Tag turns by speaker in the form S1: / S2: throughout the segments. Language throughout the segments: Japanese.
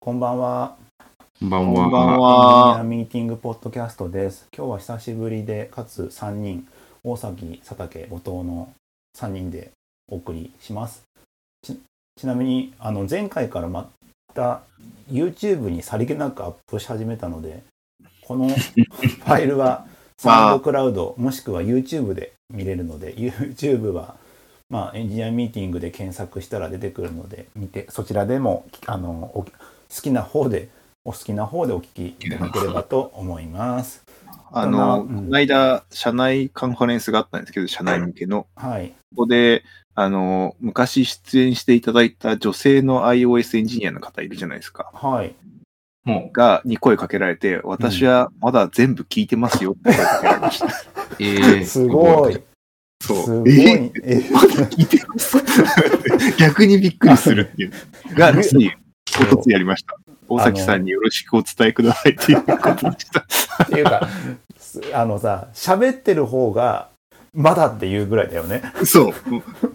S1: こんばんは。
S2: こんばん
S3: こ
S2: は。
S1: エンジ
S3: んばん
S1: ニア
S3: は。
S1: ミーティングポッドキャストです。今日は久しぶりで、かつ3人、大崎、佐竹、後藤の3人でお送りします。ちちなみに、あの前回からまた YouTube にさりげなくアップし始めたので、こ のファイルはサウンドクラウド、もしくは YouTube で見れるので、YouTube は、まあ、エンジニアミーティングで検索したら出てくるので、見て、そちらでも、あの、お好きな方でお好きな方でお聞きいただければと思います。
S3: あの、
S1: うん
S3: この間、社内カンファレンスがあったんですけど、社内向けの。
S1: はい。
S3: ここで、あの、昔出演していただいた女性の iOS エンジニアの方いるじゃないですか。
S1: はい。
S2: も
S3: が、に声かけられて、私はまだ全部聞いてますよって声かけられました。
S2: う、えー、
S1: すごい。。す
S3: そう。
S1: ごい。
S3: え
S1: え
S3: まだ 聞いてます 逆にびっくりするっていう。が、つい、おとつやりました。大崎さんによろしくお伝えくださいっていうことでした。
S1: っていうか、すあのさ、喋ってる方が、まだっていうぐらいだよね。
S3: そう。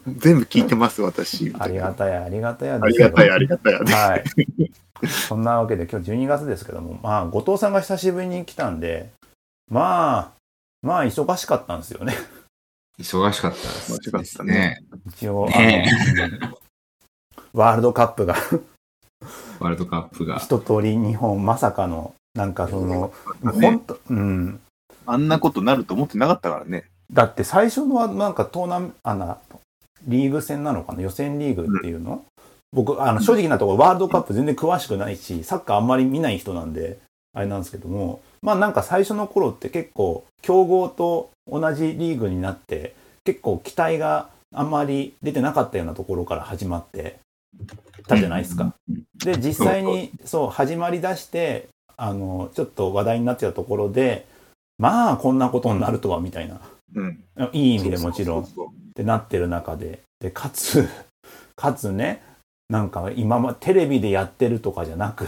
S3: 全部聞いてます、私。みた
S1: あ
S3: い
S1: り
S3: な
S1: がたや、ありがたや
S3: あ
S1: で
S3: り
S1: すよ
S3: がたい、ありがたい。
S1: はい。そんなわけで、今日12月ですけども、まあ、後藤さんが久しぶりに来たんで、まあ、まあ、忙しかったんですよね。
S2: 忙しかったです。
S3: 忙しかったね。
S1: 一応、あの
S2: ね
S1: ワールドカップが
S2: ワールドカップが。
S1: 一通り日本まさかのなんかその、
S3: ね
S1: 本当、うん、
S3: あんなことなると思ってなかったからね。
S1: だって最初のはなんかトーナメあなリーグ戦なのかな予選リーグっていうの、僕あの正直なところワールドカップ全然詳しくないしサッカーあんまり見ない人なんであれなんですけどもまあなんか最初の頃って結構強豪と同じリーグになって結構期待があんまり出てなかったようなところから始まってたじゃないですか。で実際にそう始まりだしてあのちょっと話題になってたところでまあこんなことになるとはみたいな
S3: うん。
S1: いい意味でもちろん
S3: そうそうそう
S1: ってなってる中ででかつ かつねなんか今まテレビでやってるとかじゃなく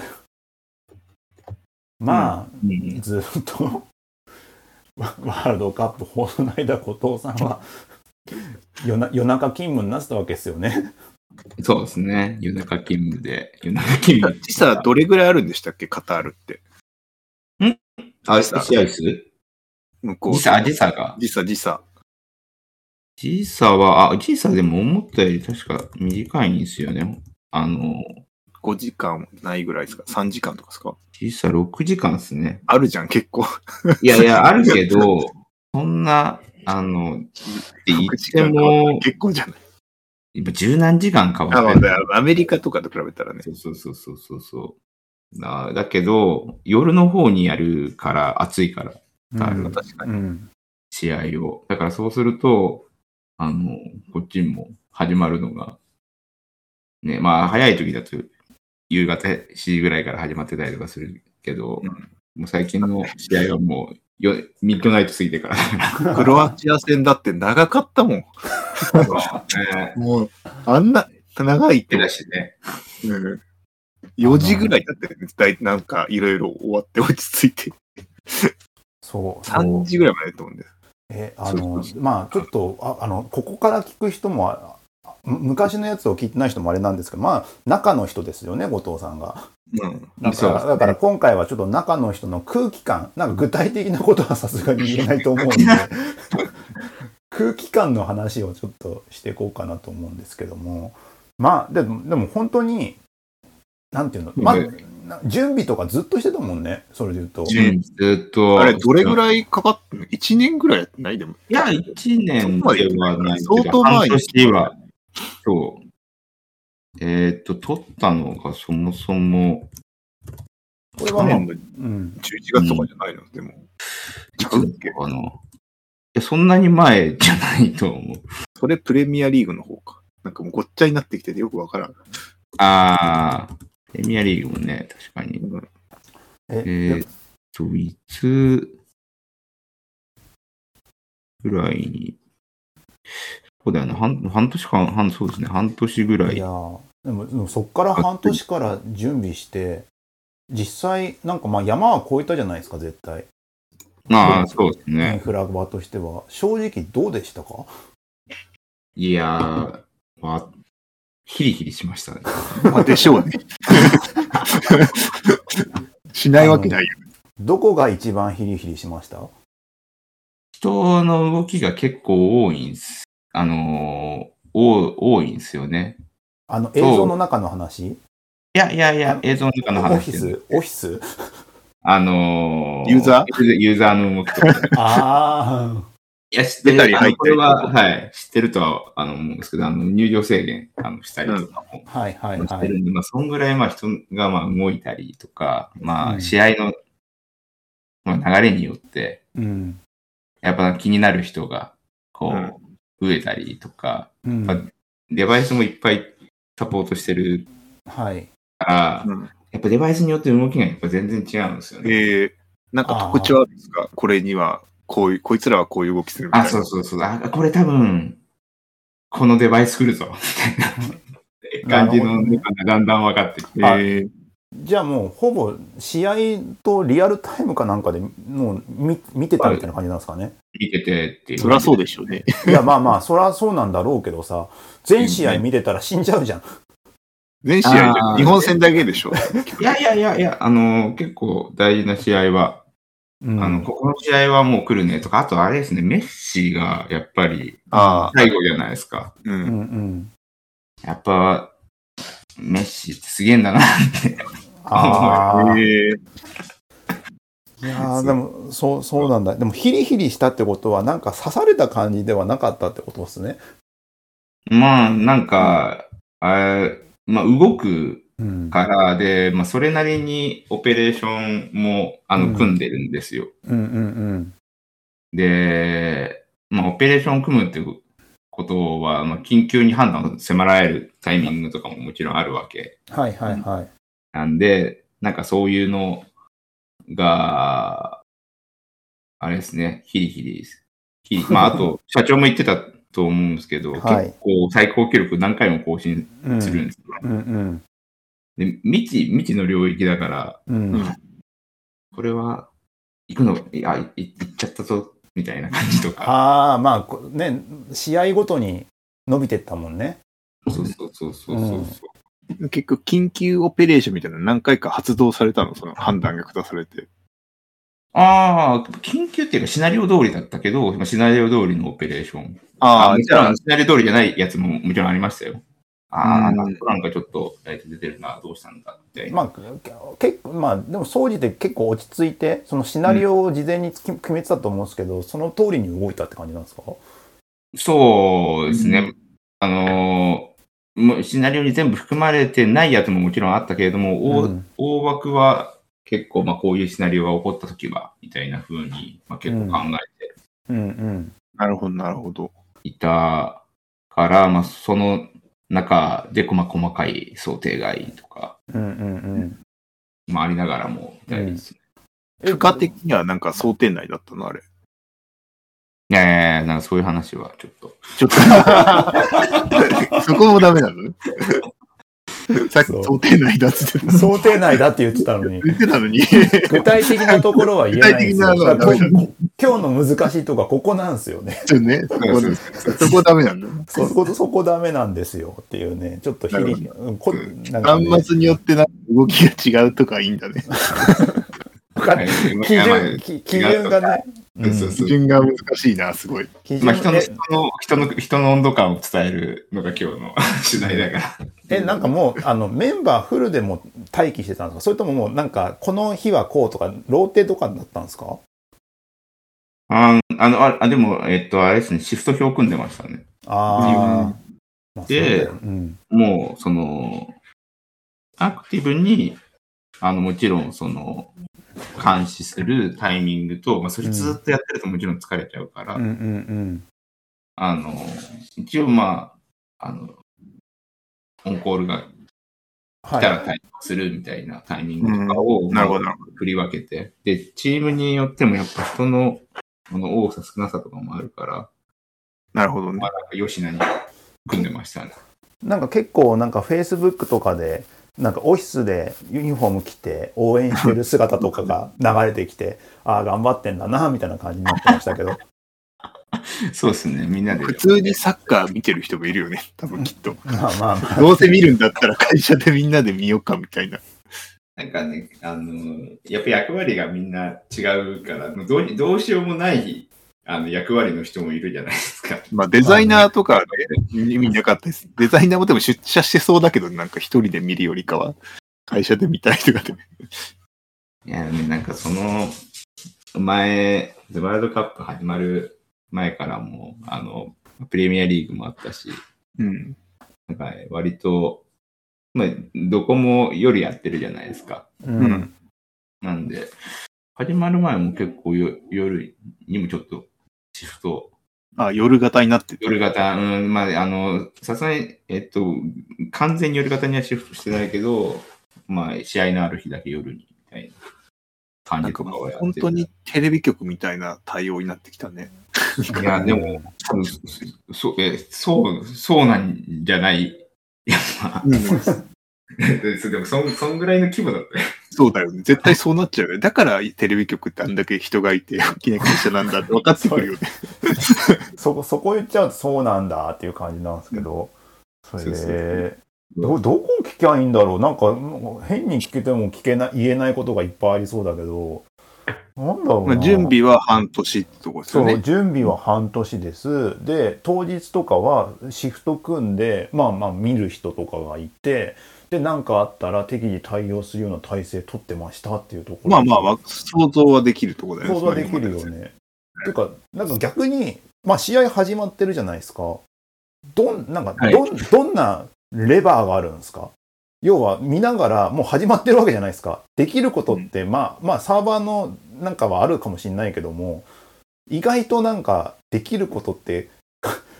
S1: まあ、
S2: うん
S1: ずっと ワワールドカップ放送の間後藤さんは夜な夜中勤務になってたわけですよね。
S2: そうですね。夜中勤務で。夜中勤務
S3: 時差どれぐらいあるんでしたっけ、カタールって。
S2: あ、試合数
S3: 向こう。
S2: 時差、あ時差が。
S3: 時差、時差。
S2: 時差は、あ、時差でも思ったより確か短いんですよね。あの、
S3: 5時間ないぐらいですか ?3 時間とかですか
S2: 時差6時間ですね。
S3: あるじゃん、結構。
S2: いやいや、あるけど、そんな、あの、って言っても、
S3: 結構じゃない。
S2: やっぱ十何時間か
S3: あ
S2: わ
S3: ま
S2: っ
S3: あ
S2: て
S3: まあアメリカとかと比べたらね。
S2: そうそうそうそうそうそう。だだけど、夜の方にやるから、暑いから、なるほど
S3: 確か
S1: う
S3: に。
S1: ん
S2: 試合を。だからそうすると、あの、こっちも始まるのが、ね、まあ、早い時だと、夕方7時ぐらいから始まってたりとかするけど、
S3: うん
S2: もう最近の試合はもう、よミッドナイト過ぎてからだか
S3: クロアチア戦だって長かったもん。
S2: ら、ね、
S3: もう、あんな、長いっ
S2: 手
S3: て。
S2: だしね。
S3: うん4時ぐらいだったよね。だいなんか、いろいろ終わって落ち着いて。
S1: そうそう
S3: 3時ぐらいまでだと思うんです。
S1: えあ
S2: そ
S1: の
S2: うそ
S1: まあちょっとああのここから聞く人もああ昔のやつを聞いてない人もあれなんですけどまあ中の人ですよね後藤さんが
S3: うん。
S1: だ
S2: そ
S1: から
S2: うですね
S1: だから今回はちょっと中の人の空気感なんか具体的なことはさすがに言えないと思うん で空気感の話をちょっとしていこうかなと思うんですけどもまあでもでも本当になんていうの、まあ
S2: ね
S1: な準備とかずっとしてたもんねそれで言うと。
S2: うんずっと。
S3: あれ、どれぐ
S2: い
S3: らいかかってんの ?1 年ぐらいやってないでも。
S2: いや、1年ではないけど。
S3: 相当前
S2: 半年は、そう。えーっと、取ったのがそもそも、
S1: これは
S3: 去
S1: まあ、
S3: 年の11
S1: うん、
S3: 月とかじゃないの、でも。ちゃうっけ
S2: あの、いや、そんなに前じゃないと思う。
S3: それプレミアリーグの方か。なんかもうごっちゃになってきててよくわからん。
S2: あー、プレミアリーグもね、確かに。
S3: うん
S1: え
S2: えーっと、いつぐらいに、そうだよね、半半年間、半そうですね、半年ぐら
S1: い
S2: い
S1: や。ーでもでもそっから半年から準備して実際なんかまあ山は越えたじゃないですか絶対
S2: まあ、そうですね
S1: イン。フラ場としては正直どうでしたか
S2: いやー、わヒリヒリしましたね。
S3: まあ、でしょうね。しないわけないよ。
S1: どこが一番ヒリヒリしました
S2: 人の動きが結構多いんです。あのー多多いんですよね。
S1: あの映像の中の話
S2: いやいやいや、映像の中の
S1: オフ
S2: 話
S1: ィ
S2: です
S1: ス オフィス
S2: あの
S3: ユーザ
S2: ーユーザーの動き とか。
S1: あ
S2: いや、知って
S3: 出たり入ったり
S2: あのこれは、はい、知ってるとはあの思うんですけど、あの入場制限あのしたりとかも
S1: あはいはい
S2: し
S1: は
S2: てる
S1: い
S2: んで、まあ、そんぐらい、まあ、人がまあ動いたりとか、ま
S1: うん
S2: あ、試合の、まあ、流れによって、
S1: うん、
S2: やっぱ気になる人が、こ
S3: うん
S2: う、増えたりとか、
S1: うん
S2: まあデバイスもいっぱいサポートしてる
S1: はい
S2: から、
S3: うん
S2: やっぱデバイスによって動きがやっぱ全然違うんですよね。
S3: えー、なんか特徴あるんですかこれには、こういう、こいつらはこういう動きするみたい
S2: あ、
S3: な。
S2: そうそうそう。あ、これ多分、このデバイス来るぞ。 って感じ
S1: なる
S2: の
S1: ほどね
S2: のがだんだん分かってきて。
S1: あ
S3: えー
S1: じゃあもうほぼ試合とリアルタイムかなんかでもう見見てたみたいな感じなんですかね。
S2: 見ててっていう。
S3: そりゃそうでしょうね。
S1: いやまあまあそりゃそうなんだろうけどさ全試合見てたら死んじゃうじゃん。
S3: 全試合じゃ
S2: あ
S3: ん、
S2: ー
S3: 日本戦だけでしょ。
S2: いやいやいやいや、あの、結構大事な試合は、
S1: うん
S2: あの、ここの試合はもう来るねとか、あとあれですね、メッシがやっぱり
S3: ああ、
S2: 最後じゃないですか。
S1: う
S3: う。
S1: んんうん、
S2: やっぱ、メッシってすげえんだなって。
S1: ああ、
S3: えー
S1: いやーでもそうそうなんだでもヒリヒリしたってことはなんか刺された感じではなかったってことですね。
S2: まあ、なんか、あまあ、動く
S1: うん
S2: からで、まあ、それなりにオペレーションもあ
S1: うん
S2: の組んでるんですよ。
S1: うんうん
S2: で、まあ、オペレーションを組むってことは、まあ、緊急に判断を迫られるタイミングとかももちろんあるわけ
S1: うんはいはいはい。
S2: なんで、なんかそういうのが、あれですね、ヒリヒリです。ヒリまあ、あ と、社長も言ってたと思うんですけど、
S1: はい
S2: 結構最高記録何回も更新
S1: うん
S2: するんですよ。
S1: うんうん
S2: で未知、未知の領域だから、
S1: うん
S3: うん
S2: これは、行くの、いや、いい行っちゃったぞ、みたいな感じ とか。
S1: ああまあこね試合ごとに伸びてったもんね。
S2: そうそうそうそうそう
S1: うん
S2: そう
S3: 結局、緊急オペレーションみたいなの何回か発動されたの、その判断が下されて。
S2: ああ、緊急っていうかシナリオ通りだったけど、まあシナリオ通りのオペレーション。
S3: ああ、
S2: も
S3: じ
S2: ちろ
S3: ゃあ
S2: ん、シナリオ通りじゃないやつももちろんありましたよ。ああ、
S3: うん
S2: なんかなんかちょっと、えー出てるな、どうしたんだって。
S1: まあけ結構まあでも総じて結構落ち着いてそのシナリオを事前につき決めてたと思うんですけど、その通りに動いたって感じなんですか
S2: そうですね。
S3: うん
S2: あのーもうシナリオに全部含まれてないやつももちろんあったけれども、大
S1: うん
S2: 大枠は結構、まあ、こういうシナリオが起こったときは、みたいな風に、まあ、結構考えて
S1: うんうん
S3: なるほど、なるほど。
S2: いたから、まあ、その中で、まあ、細かい想定外とか、
S1: うんうんうん
S2: まあ、ありながらも、みたいですね。
S1: え
S3: 負荷的にはなんか想定内だったの、あれ。
S2: いやいやいやなんかそういう話はちょっと。
S3: ちょっと。そこもダメなの ね。さっき想定内だっつってた
S1: 想定内だって言ってたのに
S3: 言ってたのに。
S1: 具体的なところは言えないんですよ
S3: 具体的なのはダメ
S1: だからこ今日の難しいとこはここなんですよね
S3: ちょっと ね、そこ
S2: そう
S3: そこダメなんだよ。
S1: そこそこダメなんですよっていうねちょっとひりうんこなんか、
S3: 端
S1: ね、
S3: 末によってなんか動きが違うとかいいんだね。
S1: わかん
S2: は
S1: ない
S2: い
S1: 基
S2: まあまあ
S1: 準き基準がね、うん
S2: そうそ
S3: 基
S2: う
S3: 準が難しいな、すごい。
S1: 基準
S2: まあ、人の
S1: え
S2: 人の人の人の温度感を伝えるのが今 日の次第だから。
S1: えなんかもうあのメンバーフルでも待機してたんですかそれとももうなんかこの日はこうとかローテとかになったんですか
S2: ああのああでも、えっと、あれですね、シフト表組んでましたね。
S1: ああ、まあそうだようん
S2: もう、その、アクティブに、あの、もちろん、その、監視するタイミングと、まあ、それずっとやってるともちろん疲れちゃうから、
S1: うんうん
S2: あの、一応、まあ、あの、オンコールが
S1: は
S2: 来
S1: い
S2: たら対応するみたいなタイミングとかを、
S3: なるほど、
S2: ま
S3: な
S2: あ
S3: るほど。
S2: 振り分けて、で、チームによってもやっぱ人の、この多さ少なさとかもあるから、
S3: なるほどね
S2: まあ、。なんか、吉名に組んでましたね。
S1: なんか結構なんかフェイスブックとかでなんかオフィスでユニフォーム着て応援してる姿とか が流れてきてああ頑張ってんだなみたいな感じになってました けど
S2: そうですね、みんなで。
S3: 普通にサッカー見てる人もいるよね、多分きっと。
S1: まあまあまあ
S3: どうせ見るんだったら会社でみんなで見ようかみたいな。
S2: なんかね、あの、やっぱ役割がみんな違うから、どうにどうしようもないあの役割の人もいるじゃないですか。
S3: まあ、デザイナーとか、ね、意味なかったです。デザイナーもでも出社してそうだけど、なんか一人で見るよりかは、会社で見たいとかで。
S2: いやね、なんかその前、ワールドカップ始まる前からも、あの、プレミアリーグもあったし、
S3: うん。
S2: なんか割と、まあ、どこも夜やってるじゃないですか。
S1: うん
S3: うん
S2: なんで、始まる前も結構よ夜にもちょっとシフト、
S3: あ、夜型になってて
S2: 夜型、うん、まあ、あの、さすがに、えっと、完全に夜型にはシフトしてないけど、まあ、試合のある日だけ夜に、みたいな感
S3: な
S2: じ
S3: んか
S2: とか
S3: も
S2: を
S3: う
S2: やってる
S3: 本当にテレビ局みたいな対応になってきたね。
S2: いや、でも、多分そう、え、そう、そうなんじゃない。いや、まあ、 でもそん、そんぐらいの規模だったよ。
S3: そうだよね。絶対そうなっちゃうよね。だからテレビ局ってあんだけ人がいて、大きな会社なんだって分かってくるよね。
S1: そこそこ言っちゃうとそうなんだっていう感じなんですけど、それ
S2: そうそう
S1: でどどこを聞きゃいいんだろうなんかもう変に聞けても聞けない言えないことがいっぱいありそうだけどなんだろう
S3: ま
S1: な、
S3: あ、準備は半年ってとこです
S1: そ
S3: よ
S1: う、
S3: ね。
S1: 準備は半年ですで当日とかはシフト組んでまあまあ見る人とかがいてで何かあったら適宜対応するような体制取ってましたっていうところ
S3: まあまあまあ、想像はできるとこだよね。
S1: 想像できるよね。てか、なんか逆に、まあ試合始まってるじゃないですか。どん、なんか
S2: はい
S1: どん、どんなレバーがあるんですか要は見ながらもう始まってるわけじゃないですか。できることって、まあ、まあサーバーのなんかはあるかもしれないけども、意外となんかできることって、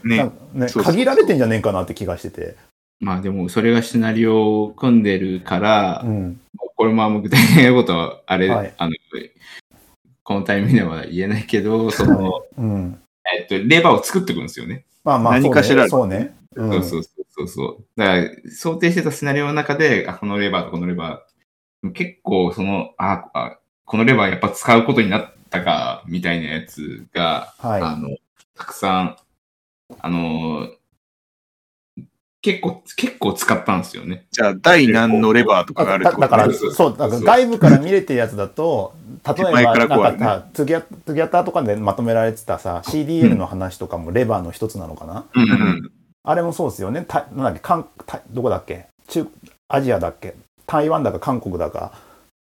S3: ね。
S1: なん
S3: ね
S1: かね、
S3: そうそうそう
S1: 限られてんじゃねえかなって気がしてて。
S2: まあでも、それがシナリオを組んでるから、
S1: うん。
S2: これもあんま具体的なことは、あれ、
S1: はい
S2: あの、このタイミングでは言えないけど、その、
S1: うん。
S2: えっと、レバーを作っていくんですよね。
S1: まあまあ、
S3: 何かしらある
S1: そうね。そうね。
S2: そううんそうそうそうそう。だから、想定してたシナリオの中で、あ、このレバーとこのレバー、結構その、あ、あこのレバーやっぱ使うことになったか、みたいなやつが、
S1: はい。
S2: あの、たくさん、あの、結構、結構使ったんですよね。
S3: じゃあ、第何のレバーとかがあるって
S1: だ
S3: こ
S1: だ
S3: と
S1: から、
S3: ね
S2: そう
S1: そう、だから
S2: そう
S1: 外部から見れてるやつだと、例えば、
S3: 前か
S1: な
S3: ら
S1: ん
S3: こうあ
S1: か
S3: るね
S1: さ、ツギアツギアタとかでまとめられてたさ、CDL の話とかもレバーの一つなのかな、
S2: うん
S3: うんうん
S1: あれもそうですよね。たなんだっけ、韓たどこだっけ中、アジアだっけ台湾だか韓国だか、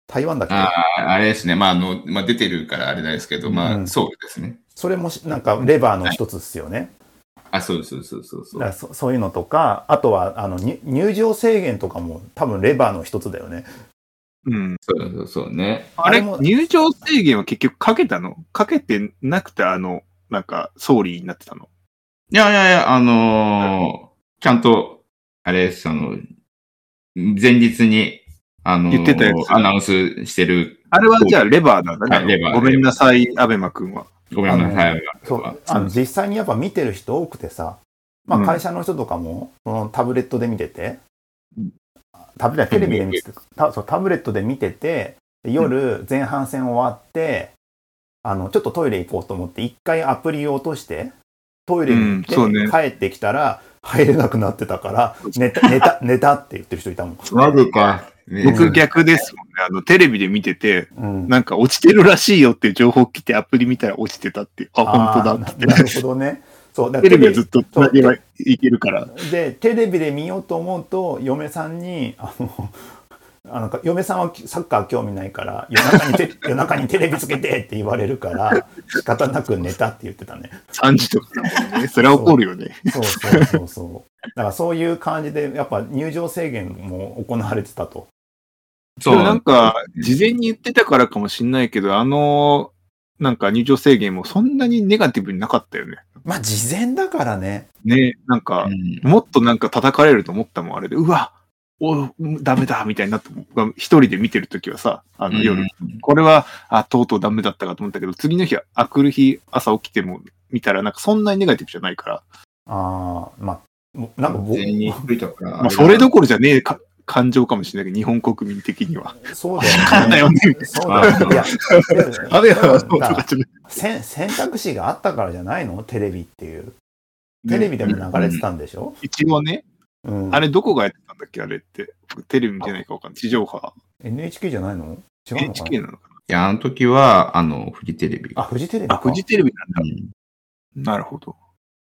S1: 台湾だっけ
S2: あああれですね。まあ、あの、まあ、出てるからあれですけど、まあ、
S1: うん
S2: そうですね。
S1: それもしなんかレバーの一つっすよね。
S2: あ、そうそうそうそうそ
S1: だか
S2: う。
S1: らそそういうのとか、あとはあのに入場制限とかも多分レバーの一つだよね。
S3: うん。
S2: そうそうそうね。
S3: あれ
S1: も、
S3: 入場制限は結局かけたのかけてなくて、あの、なんか、総理になってたの。
S2: いやいやいや、あのーちゃんと、あれ、その、前日に、あのー
S3: 言ってたやつ
S2: アナウンスしてる、
S3: あれはじゃあ、レバーなんだ
S2: はい
S3: ね
S2: レバ
S3: あ
S2: ー
S3: の。ごめんなさい、アベマ君は。
S2: ごめんなさい。
S1: そうあの実際にやっぱ見てる人多くてさ、ま
S3: う
S1: あ、
S3: ん
S1: 会社の人とかも、そのタブレットで見てて
S3: うん
S1: タブレテレビで見ててたそうタブレットで見ててで夜前半戦終わって、あのちょっとトイレ行こうと思って一回アプリを落としてトイレに行って、
S3: うんそうね
S1: 帰ってきたら入れなくなってたから寝た寝た寝たって言ってる人いたもん。
S2: マジか。
S3: 僕逆ですもんね。あの、テレビで見てて、
S1: うん
S3: なんか落ちてるらしいよっていう情報来てアプリ見たら落ちてたって、あ、本当だ
S1: あ
S3: っ
S1: ー
S3: て。
S1: ななるほどね。そうだか
S3: テ
S1: ら
S3: レビはずっと繋げばいけるから。
S1: でテレビで見ようと思うと嫁さんにあのあの嫁さんはサッカー興味ないから夜中に テ夜中にテレビつけてって言われるから仕方なく寝たって言ってたね
S3: 3時とかだもんね。それは怒るよね。
S1: そうそうそうそうだからそういう感じでやっぱ入場制限も行われてたと
S2: そう。
S3: でもなんか、事前に言ってたからかもしんないけど、あの、なんか入場制限もそんなにネガティブになかったよね。
S1: まあ事前だからね
S3: ね、なんか
S2: う、ん
S3: もっとなんか叩かれると思ったもん、あれで。うわおダメだみたいになって、僕が一人で見てるときはさ、あの夜、
S2: うん
S3: これは、あ、とうとうダメだったかと思ったけど、次の日、あくる日、朝起きても見たら、なんかそんなにネガティブじゃないから、
S1: ああまあもうなんか僕
S2: 全員に吹いたから。
S3: まあ、それどころじゃねえか感情かもしれないけど、日本国民的には。
S1: そうだよね
S3: かんないよねみたい
S1: そうだよねいや
S3: ダメだ
S1: でも
S3: な、とうとう
S1: だから
S3: じゃない
S1: 選選択肢があったからじゃないのテレビっていうテレビでも流れてたんでしょ、
S3: 一応ね、
S1: うん、
S3: あれどこがやってたんだっけあれって。僕テレビ見てないかわかんない。地上波。
S1: NHK じゃないの違うのか
S3: NHK
S1: な
S3: なのか
S2: いや、あの時は、あの、フジテレビ
S1: あ、
S2: が。
S1: フジテレビ
S3: な
S1: か。
S3: あ、フジテレビなんだ
S2: う。ん
S3: なるほど。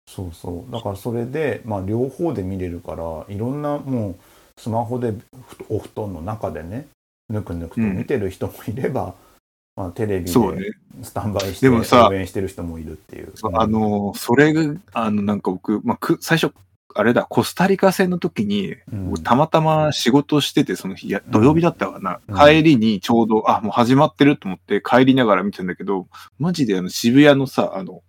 S1: そうそう。だからそれで、まあ、両方で見れるから、いろんなもう、スマホでふお布団の中でね、ぬくぬくと見てる人もいれば、まあ、テレビ
S3: そうね
S1: で。スタンバイして
S3: でもさ
S1: 応援してる人もいるっていう。
S3: そうあのー、それが、あの、なんか僕、まあ、く最初、あれだ、コスタリカ戦の時に、
S1: うん、
S3: 僕たまたま仕事してて、その日、いや土曜日だったかな、
S1: うん
S3: 帰りにちょうど、あ、もう始まってると思って、帰りながら見てたんだけど、マジであの渋谷のさ、あの、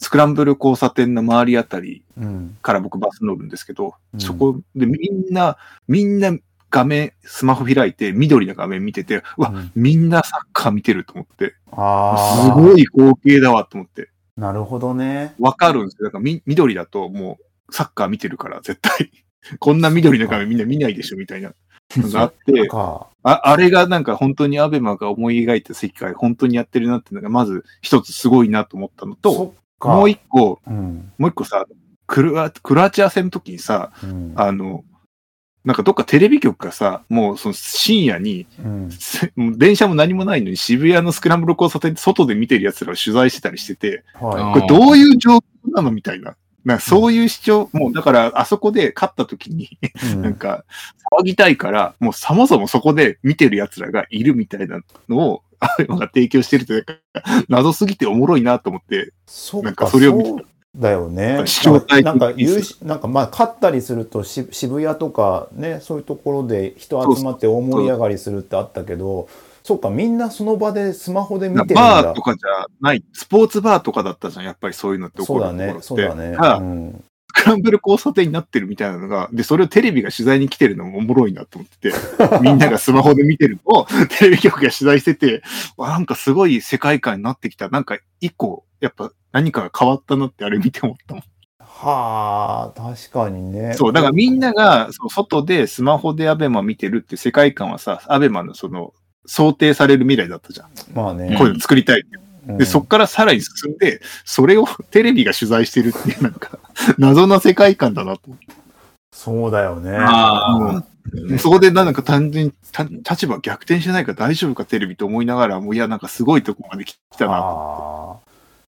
S3: スクランブル交差点の周りあたり
S1: うん、
S3: から僕バス乗るんですけど、
S1: うん
S3: そこでみんな、みんな画面、スマホ開いて、緑の画面見てて、うわ、
S1: うん
S3: みんなサッカー見てると思って、
S1: あ
S3: す
S1: ー
S3: ごい光景だわと思って。
S1: なるほどね。
S3: わかるんですよ。だからみ、緑だともうサッカー見てるから、絶対。 こんな緑の画面みんな見ないでしょ、みたいなのがあっ
S1: なん
S3: て、
S1: か、
S3: ああれがなんか本当にアベマが思い描いた世界、本当にやってるなっていうのが、まず一つすごいなと思ったの
S1: そ
S3: と、
S1: っか。
S3: もう一個、
S1: うん、
S3: もう一個さ、クロアクロアチア戦の時にさ、
S1: うん、
S3: あの、なんかどっかテレビ局がさ、もうその深夜に、
S1: うん、
S3: せもう電車も何もないのに渋谷のスクランブル交差点で外で見てる奴らを取材してたりしてて、
S1: は
S2: あ
S3: これどういう状況なのみたいな。なんかそういう主張、もうだからあそこで勝った時に、
S1: い。うん
S3: なんか騒ぎたいから、もうそもそもそこで見てる奴らがいるみたいなのを、ああいうのが提供してるというか、謎すぎておもろいなと思って、
S1: そっ
S3: なん
S1: か、
S3: か
S1: そ
S3: それを見て
S1: うだよね。
S3: 視聴体験
S1: なんか、
S3: いいっす
S1: 有志なんかまあ、勝ったりするとし渋谷とかね、そういうところで人集まって大盛り上がりするってあったけど、そっか、みんなその場でスマホで見てるん
S3: バー
S1: だ
S3: と。かじゃない、スポーツバーとかだったじゃん、やっぱりそういうのって起
S1: そ
S3: こ
S1: う
S3: る
S1: だね、
S3: と
S1: そ
S3: こ
S1: う
S3: ろって
S1: だね。
S3: が
S1: うん
S3: スクランブル交差点になってるみたいなのが、で、それをテレビが取材に来てるのもおもろいなと思ってて、 みんながスマホで見てるのをテレビ局が取材してて、わなんかすごい世界観になってきた。なんか一個、やっぱ何かが変わったなってあれ見て思ったもん。
S1: はあ、確かにね。
S3: そう、だからみんなが、そう外でスマホでアベマ見てるって世界観はさ、アベマのその、想定される未来だったじゃん。
S1: まあね。
S3: こういうの作りたい。
S1: うん
S3: で、そっからさらに進んで、それをテレビが取材してるっていう、なんか、謎な世界観だなと思って
S1: そうだよね。
S2: あ
S3: うんそこでなんか単純にた立場逆転してないから大丈夫かテレビと思いながらもういやなんかすごいとこまで来たな
S1: あー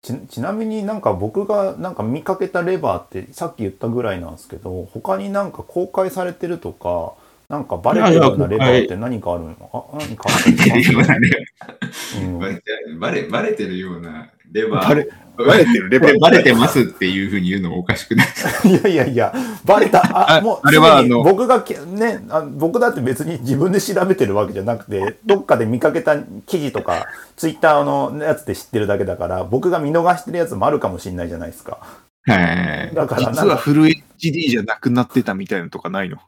S1: ちちなみになんか僕がなんか見かけたレバーってさっき言ったぐらいなんですけど他になんか公開されてるとかなんかバレてるようなレバーって何かあるのあ何かある
S2: バレてるようなレ
S1: の
S2: バ
S1: か、
S2: ーバレ、バレてるようなレバー。
S3: バレバレてるレベル
S2: バレてますっていうふうに言うのもおかしくない。
S1: うん、いやいやいやバレたあ
S3: あ
S1: もう
S3: あれは
S1: すでに
S3: あの
S1: 僕がけねあ僕だって別に自分で調べてるわけじゃなく てどっかで見かけた記事とかツイッターのやつで知ってるだけだから僕が見逃してるやつもあるかもしれないじゃないですか
S2: はい。
S1: だからなんか
S3: 実はフル HD じゃなくなってたみたいなのとかないの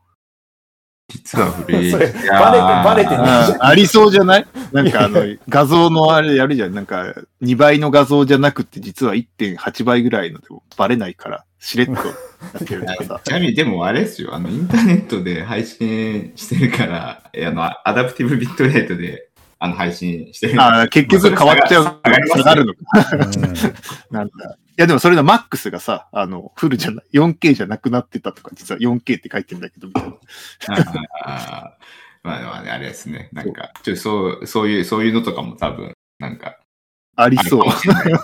S2: 実は古い。
S1: それ
S2: いやー
S1: バレてバレてね
S3: あありそうじゃないなんかあの画像のあれやるじゃんなんか2倍の画像じゃなくて実は1.8倍ぐらいのでもバレないからしれっとやってるとかさ
S2: ちなみに、でもあれですよ、あの、インターネットで配信してるから、えあの、アダプティブビットレートで、あの、配信してる。
S3: あー結局変わっちゃう
S2: 下がりますね
S3: 下がるのか
S1: うん
S3: なんだ。いや、でもそれのマックスがさ、あの、フルじゃない、4K じゃなくなってたとか、実は 4K って書いてんだけど、みたいな。
S2: あーまあまあね、あれですね。なんか、ちょっとそう、そういう、そういうのとかも多分、なんか、
S3: ありそう
S2: ある。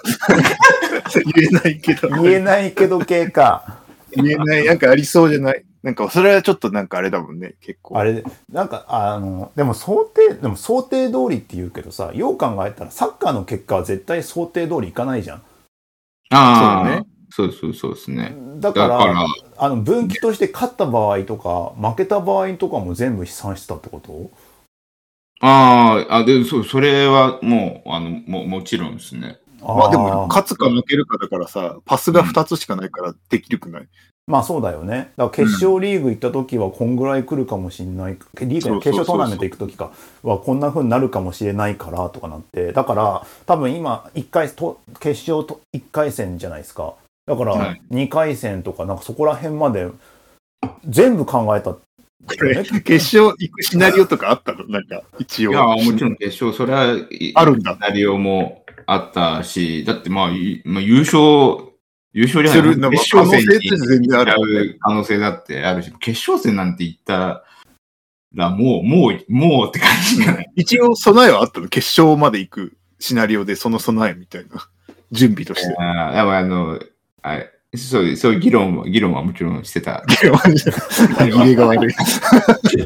S3: 言えないけど、
S1: 言えないけど系か。
S3: 言えない、なんかありそうじゃない。なんか、それはちょっとなんかあれだもんね、結構。
S1: あれ、なんか、あの、でも想定、でも想定通りって言うけどさ、よう考えたらサッカーの結果は絶対想定通りいかないじゃん。
S2: あ
S3: そう
S2: あ、
S3: ね
S2: そうそうそうですね。
S1: だか、
S2: だからら、
S1: あの、分岐として勝った場合とか、負けた場合とかも全部試算してたってこと
S2: あーあ、で、そう、それはもう、あの、ももちろんですね。
S3: まあで
S1: ー
S3: も、勝つか負けるかだからさ、パスが2つしかないからできるくない。
S1: まあそうだよね。だから決勝リーグ行った時はこんぐらい来るかもしれない。リーグの決勝トーナメント行く時かはこんな風になるかもしれないからとかなって。だから多分今一回と、決勝と1回戦じゃないですか。だか
S2: は
S1: ら
S2: い
S1: 2回戦とかなんかそこら辺まで全部考えた。
S3: これ、決勝行くシナリオとかあったのなんか、一
S2: い
S3: 応。
S2: や、もちろん決勝、それは、い
S3: あるんだ
S2: シナリオもあったし、だってまあ、いまあ、優勝、優勝じ
S3: す
S2: ゃない
S3: るのも
S2: 決
S3: 可能
S2: 勝
S3: 性
S2: 戦
S3: って
S2: に
S3: 全然ある。
S2: 違う可能性だってあるし、決勝戦なんて言ったら、もう、もう、もうって感じじゃない。
S3: 一応備えはあったの。決勝まで行くシナリオでその備えみたいな。準備として。
S2: あーでもあの、あれそういう、そういう議論は、議論はもちろんしてた。
S3: 入れが悪い。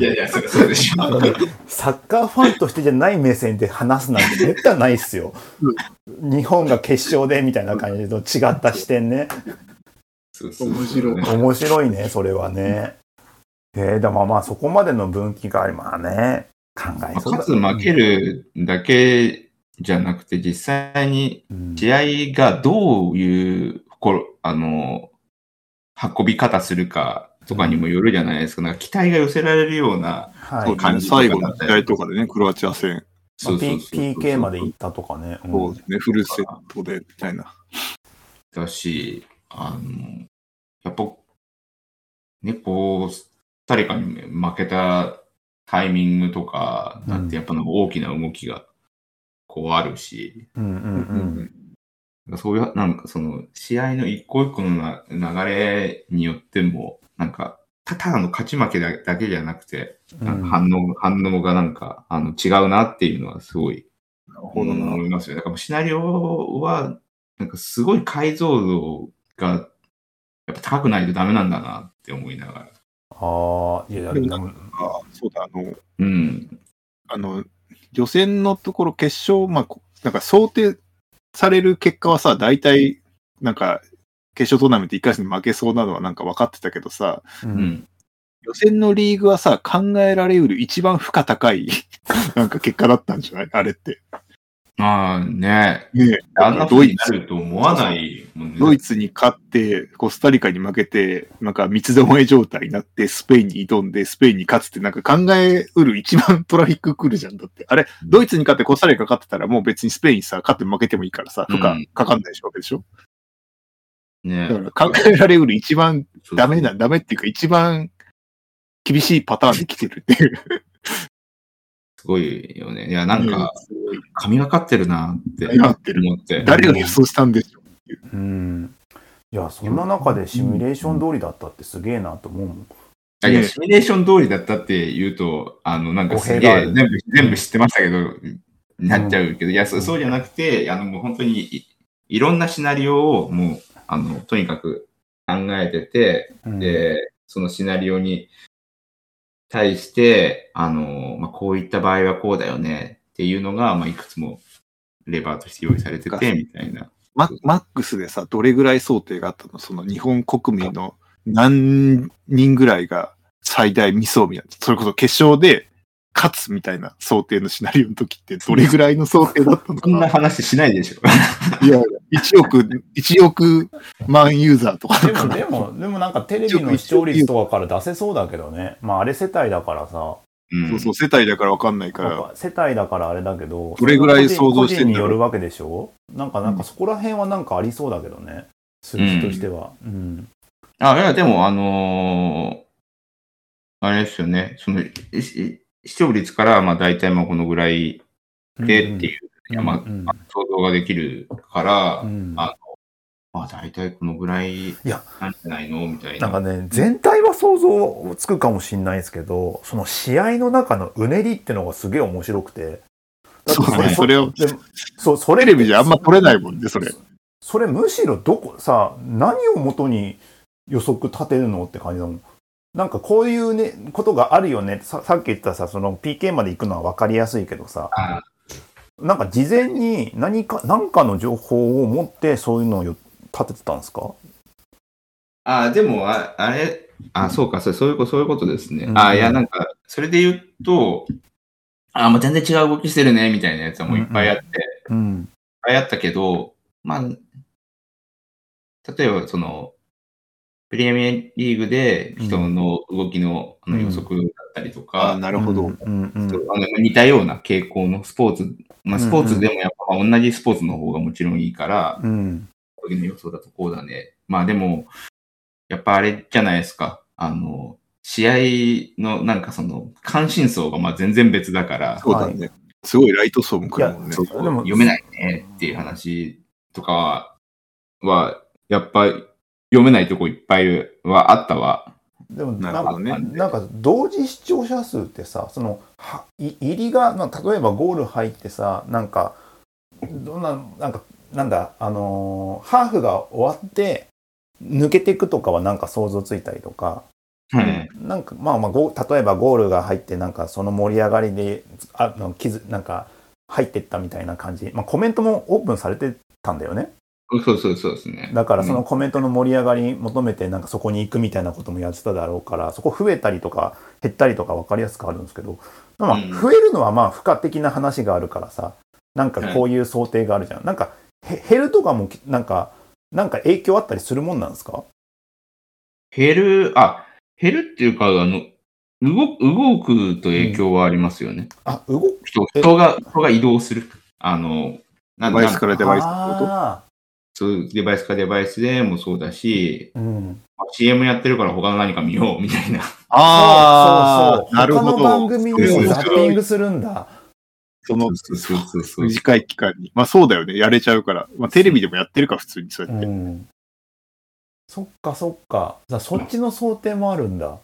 S2: いやいや、そうでしょ。
S1: サッカーファンとしてじゃない目線で話すなんてめったにないっすよ。日本が決勝でみたいな感じと違った視点ね。
S2: そうそう
S3: 面白い
S2: ね
S1: 面白いね、それはね。えー、でもまあそこまでの分岐がありまあね、考え
S2: まあ
S1: そうだ
S2: 勝つ負けるだけじゃなくて、実際に
S1: うん
S2: 試合がどういう、こうあの、運び方するかとかにもよるじゃないですか。なんか期待が寄せられるような、
S1: は
S3: そう
S1: い
S3: ですね最後の試合とかでね、クロアチア戦、
S1: まあ P- PK まで行ったとかね。うん
S3: そうですね、フルセットでみたいな。
S2: だし、あの、やっぱ、ね、こう、誰かに負けたタイミングとか、なんてやっぱなんか大きな動きが、こうあるし、
S1: うんうん
S2: そういう、なんかその、試合の一個一個のな流れによっても、なんか、たただの勝ち負けだだけじゃなくて、
S1: うん。
S2: なんか反応、反応がなんか、あの、違うなっていうのはすごい
S3: なるほどな。
S2: 思いますよ。だからシナリオは、なんかすごい解像度がやっぱ高くないとダメなんだなって思いながら。
S1: ああ、いや、で
S3: でも
S1: も、
S3: あそうだ、あの、
S2: うん。
S3: あの、予選のところ決勝、まあこ、なんか想定される結果はさ、大体、なんか、決勝トーナメント1回戦で負けそうなのはなんか分かってたけどさ、
S1: う
S2: うんん。
S3: 予選のリーグはさ、考えられうる一番負荷高い、なんか結果だったんじゃないあれって。
S2: まあね、
S3: ねえ
S2: あんな
S3: ド
S2: 風に
S3: イ
S2: な
S3: ツ、
S2: ると思わないもんね。
S3: ドイツに勝って、コスタリカに負けて、なんか三つどもえ状態になって、スペインに挑んで、スペインに勝つって、なんか考えうる一番トラフィック来るじゃんだって。あれ、ドイツに勝ってコスタリカ勝ってたら、もう別にスペインさ、勝って負けてもいいからさ、負
S2: う
S3: 荷
S2: ん
S3: かかんないでしょわけでしょ、
S2: ね
S3: だから考えられうる一番
S2: そう
S3: ダメな、ダメっていうか一番厳しいパターンで来てるっていう。
S2: すごいよね。いや、なんか、
S3: すごい
S2: 神がかってるなって
S3: 神がかってる
S2: 思って。
S3: 誰が予想したんでしょ
S1: う
S3: う
S1: ん。いや、そんな中でシミュレーション通りだったってすげえなと思うもん。
S2: あいや、シミュレーション通りだったって言うと、あの、なんかすげ
S1: 語弊があ
S2: え、
S1: る
S2: 全部、全部知ってましたけど、なっちゃうけど、いや、そそうじゃなくて、あの、もう本当にい、いろんなシナリオを、もう、あの、とにかく考えてて、
S1: うん、
S2: で、そのシナリオに対して、あの、まあ、こういった場合はこうだよね、っていうのが、まあ、いくつもレバーとして用意されてて、みたいな。
S3: ママックスでさ、どれぐらい想定があったのその日本国民の何人ぐらいが最大未走みたいな。それこそ決勝で勝つみたいな想定のシナリオの時ってどれぐらいの想定だったの
S2: そ
S3: か
S2: んな
S3: な
S2: 話しないでしょ。
S3: いや、1億、一億万ユーザーとか
S1: で
S3: だか
S1: も、
S3: ら
S1: でも、でもなんかテレビの視聴率とかから出せそうだけどね。まあ、あれ世帯だからさ、
S2: うん
S3: そうそう、世帯だからわかんないか
S1: なん
S3: ら、
S1: か世帯だからあれだけど、
S3: どれぐらい想像し
S1: 個
S3: て
S1: 人
S3: ん
S1: に
S3: だろ
S1: よ
S3: う
S1: るわけでしょなんか、なんかそこら辺はなんかありそうだけどね。数字としては。うん。
S2: あ、いや、でも、あのーあれですよね、その、いい視聴率から、まあ、大体、まあ、このぐらいでっていう、
S1: うん
S2: いやまあ
S1: うん
S2: 想像ができるから、
S1: うん
S2: あまあ、大体このぐらい
S1: や
S2: なんじゃないのみたい
S1: な
S2: な。
S1: んかね、全体は想像つくかもしれないですけど、その試合の中のうねりってのがすげえ面白くて。だって
S3: そうね、それを、
S1: でもそう、それ
S3: テレビじゃあんま取れないもんね、それ。
S1: それむしろどこ、さ、何をもとに予測立てるのって感じだもん。なんかこういうね、ことがあるよね。ささっき言ったさ、その PK まで行くのは分かりやすいけどさ、
S2: あ
S1: なんか事前に何か、何かの情報を持ってそういうのをよ立ててたんですか
S2: あ、でもあ、あれ、あ、そうか、そうそういうこと、そういうことですね
S1: う。ん
S2: あ、いや、なんか、それで言うと、あ、もう全然違う動きしてるね、みたいなやつはもういっぱいあって、
S1: うん。
S2: いっぱいあったけど、まあ、例えばその、プレミアリーグで人の動きの,、あ
S1: うん
S2: の予測だったりと
S3: あ
S2: か、
S3: な
S1: な
S3: るほど。
S1: うんうん
S2: あの似たような傾向のスポーツ、まあ、スポー
S1: うんう
S2: ツ
S1: ん
S2: でもやっぱ同じスポーツの方がもちろんいいから、
S1: うん。
S2: こういうの予想だとこうだね。まあでも、やっぱあれじゃないですか。あの、試合のなんかその関心層がまあ全然別だから、
S3: そうだね。すごいライト層も来るもんね。
S1: いやそうでも
S2: 読めないねっていう話とかは、やっぱ読めないとこいっぱいはあったわ。
S1: でも
S3: な
S1: な
S3: る
S1: ん
S3: ほ
S1: か
S3: どね
S1: なんか同時視聴者数ってさそのはい入りが、まあ、例えばゴール入ってさなんかどんななんかなんだあのーハーフが終わって抜けていくとかはなんか想像ついたりとか
S2: はい。
S1: なんかまあまあゴー例えばゴールが入ってなんかその盛り上がりであの傷なんか入ってったみたいな感じ、まあ、コメントもオープンされてたんだよね
S2: そうそうそうですね。
S1: だからその
S2: うん
S1: コメントの盛り上がり求めてなんかそこに行くみたいなこともやってただろうからそこ増えたりとか減ったりとか分かりやすくあるんですけど、まあ
S2: うん、
S1: 増えるのはまあ付加的な話があるからさなんかこういう想定があるじゃん、なんかへ減るとかもきなんかなんか影響あったりするもんなんですか
S2: 減る、あ、減るっていうか、あの、動く動くと影響はありますよね。
S1: あ動く
S2: 人
S1: え
S2: 人が人が移動する。あの、な
S3: デ
S2: ん
S3: バイ
S2: なん
S3: ス
S2: か
S3: からデバイスってこと
S1: あ
S2: そういうデバイスかデバイスでもそうだし、
S1: ーうん、
S2: まあ CM やってるから他の何か見ようみたいな。
S1: あ
S3: あ
S1: う
S3: あ、なるほ
S1: 他の番
S3: ど。
S1: 組にザッピングするんだ
S3: その
S2: そうそうそうそう。
S3: 短い期間に。まあそうだよね。やれちゃうから。まあテレビでもやってるか、普通にそうやっ
S1: う
S3: て。
S1: んそっかそっかじゃあそっちの想定もあるんだ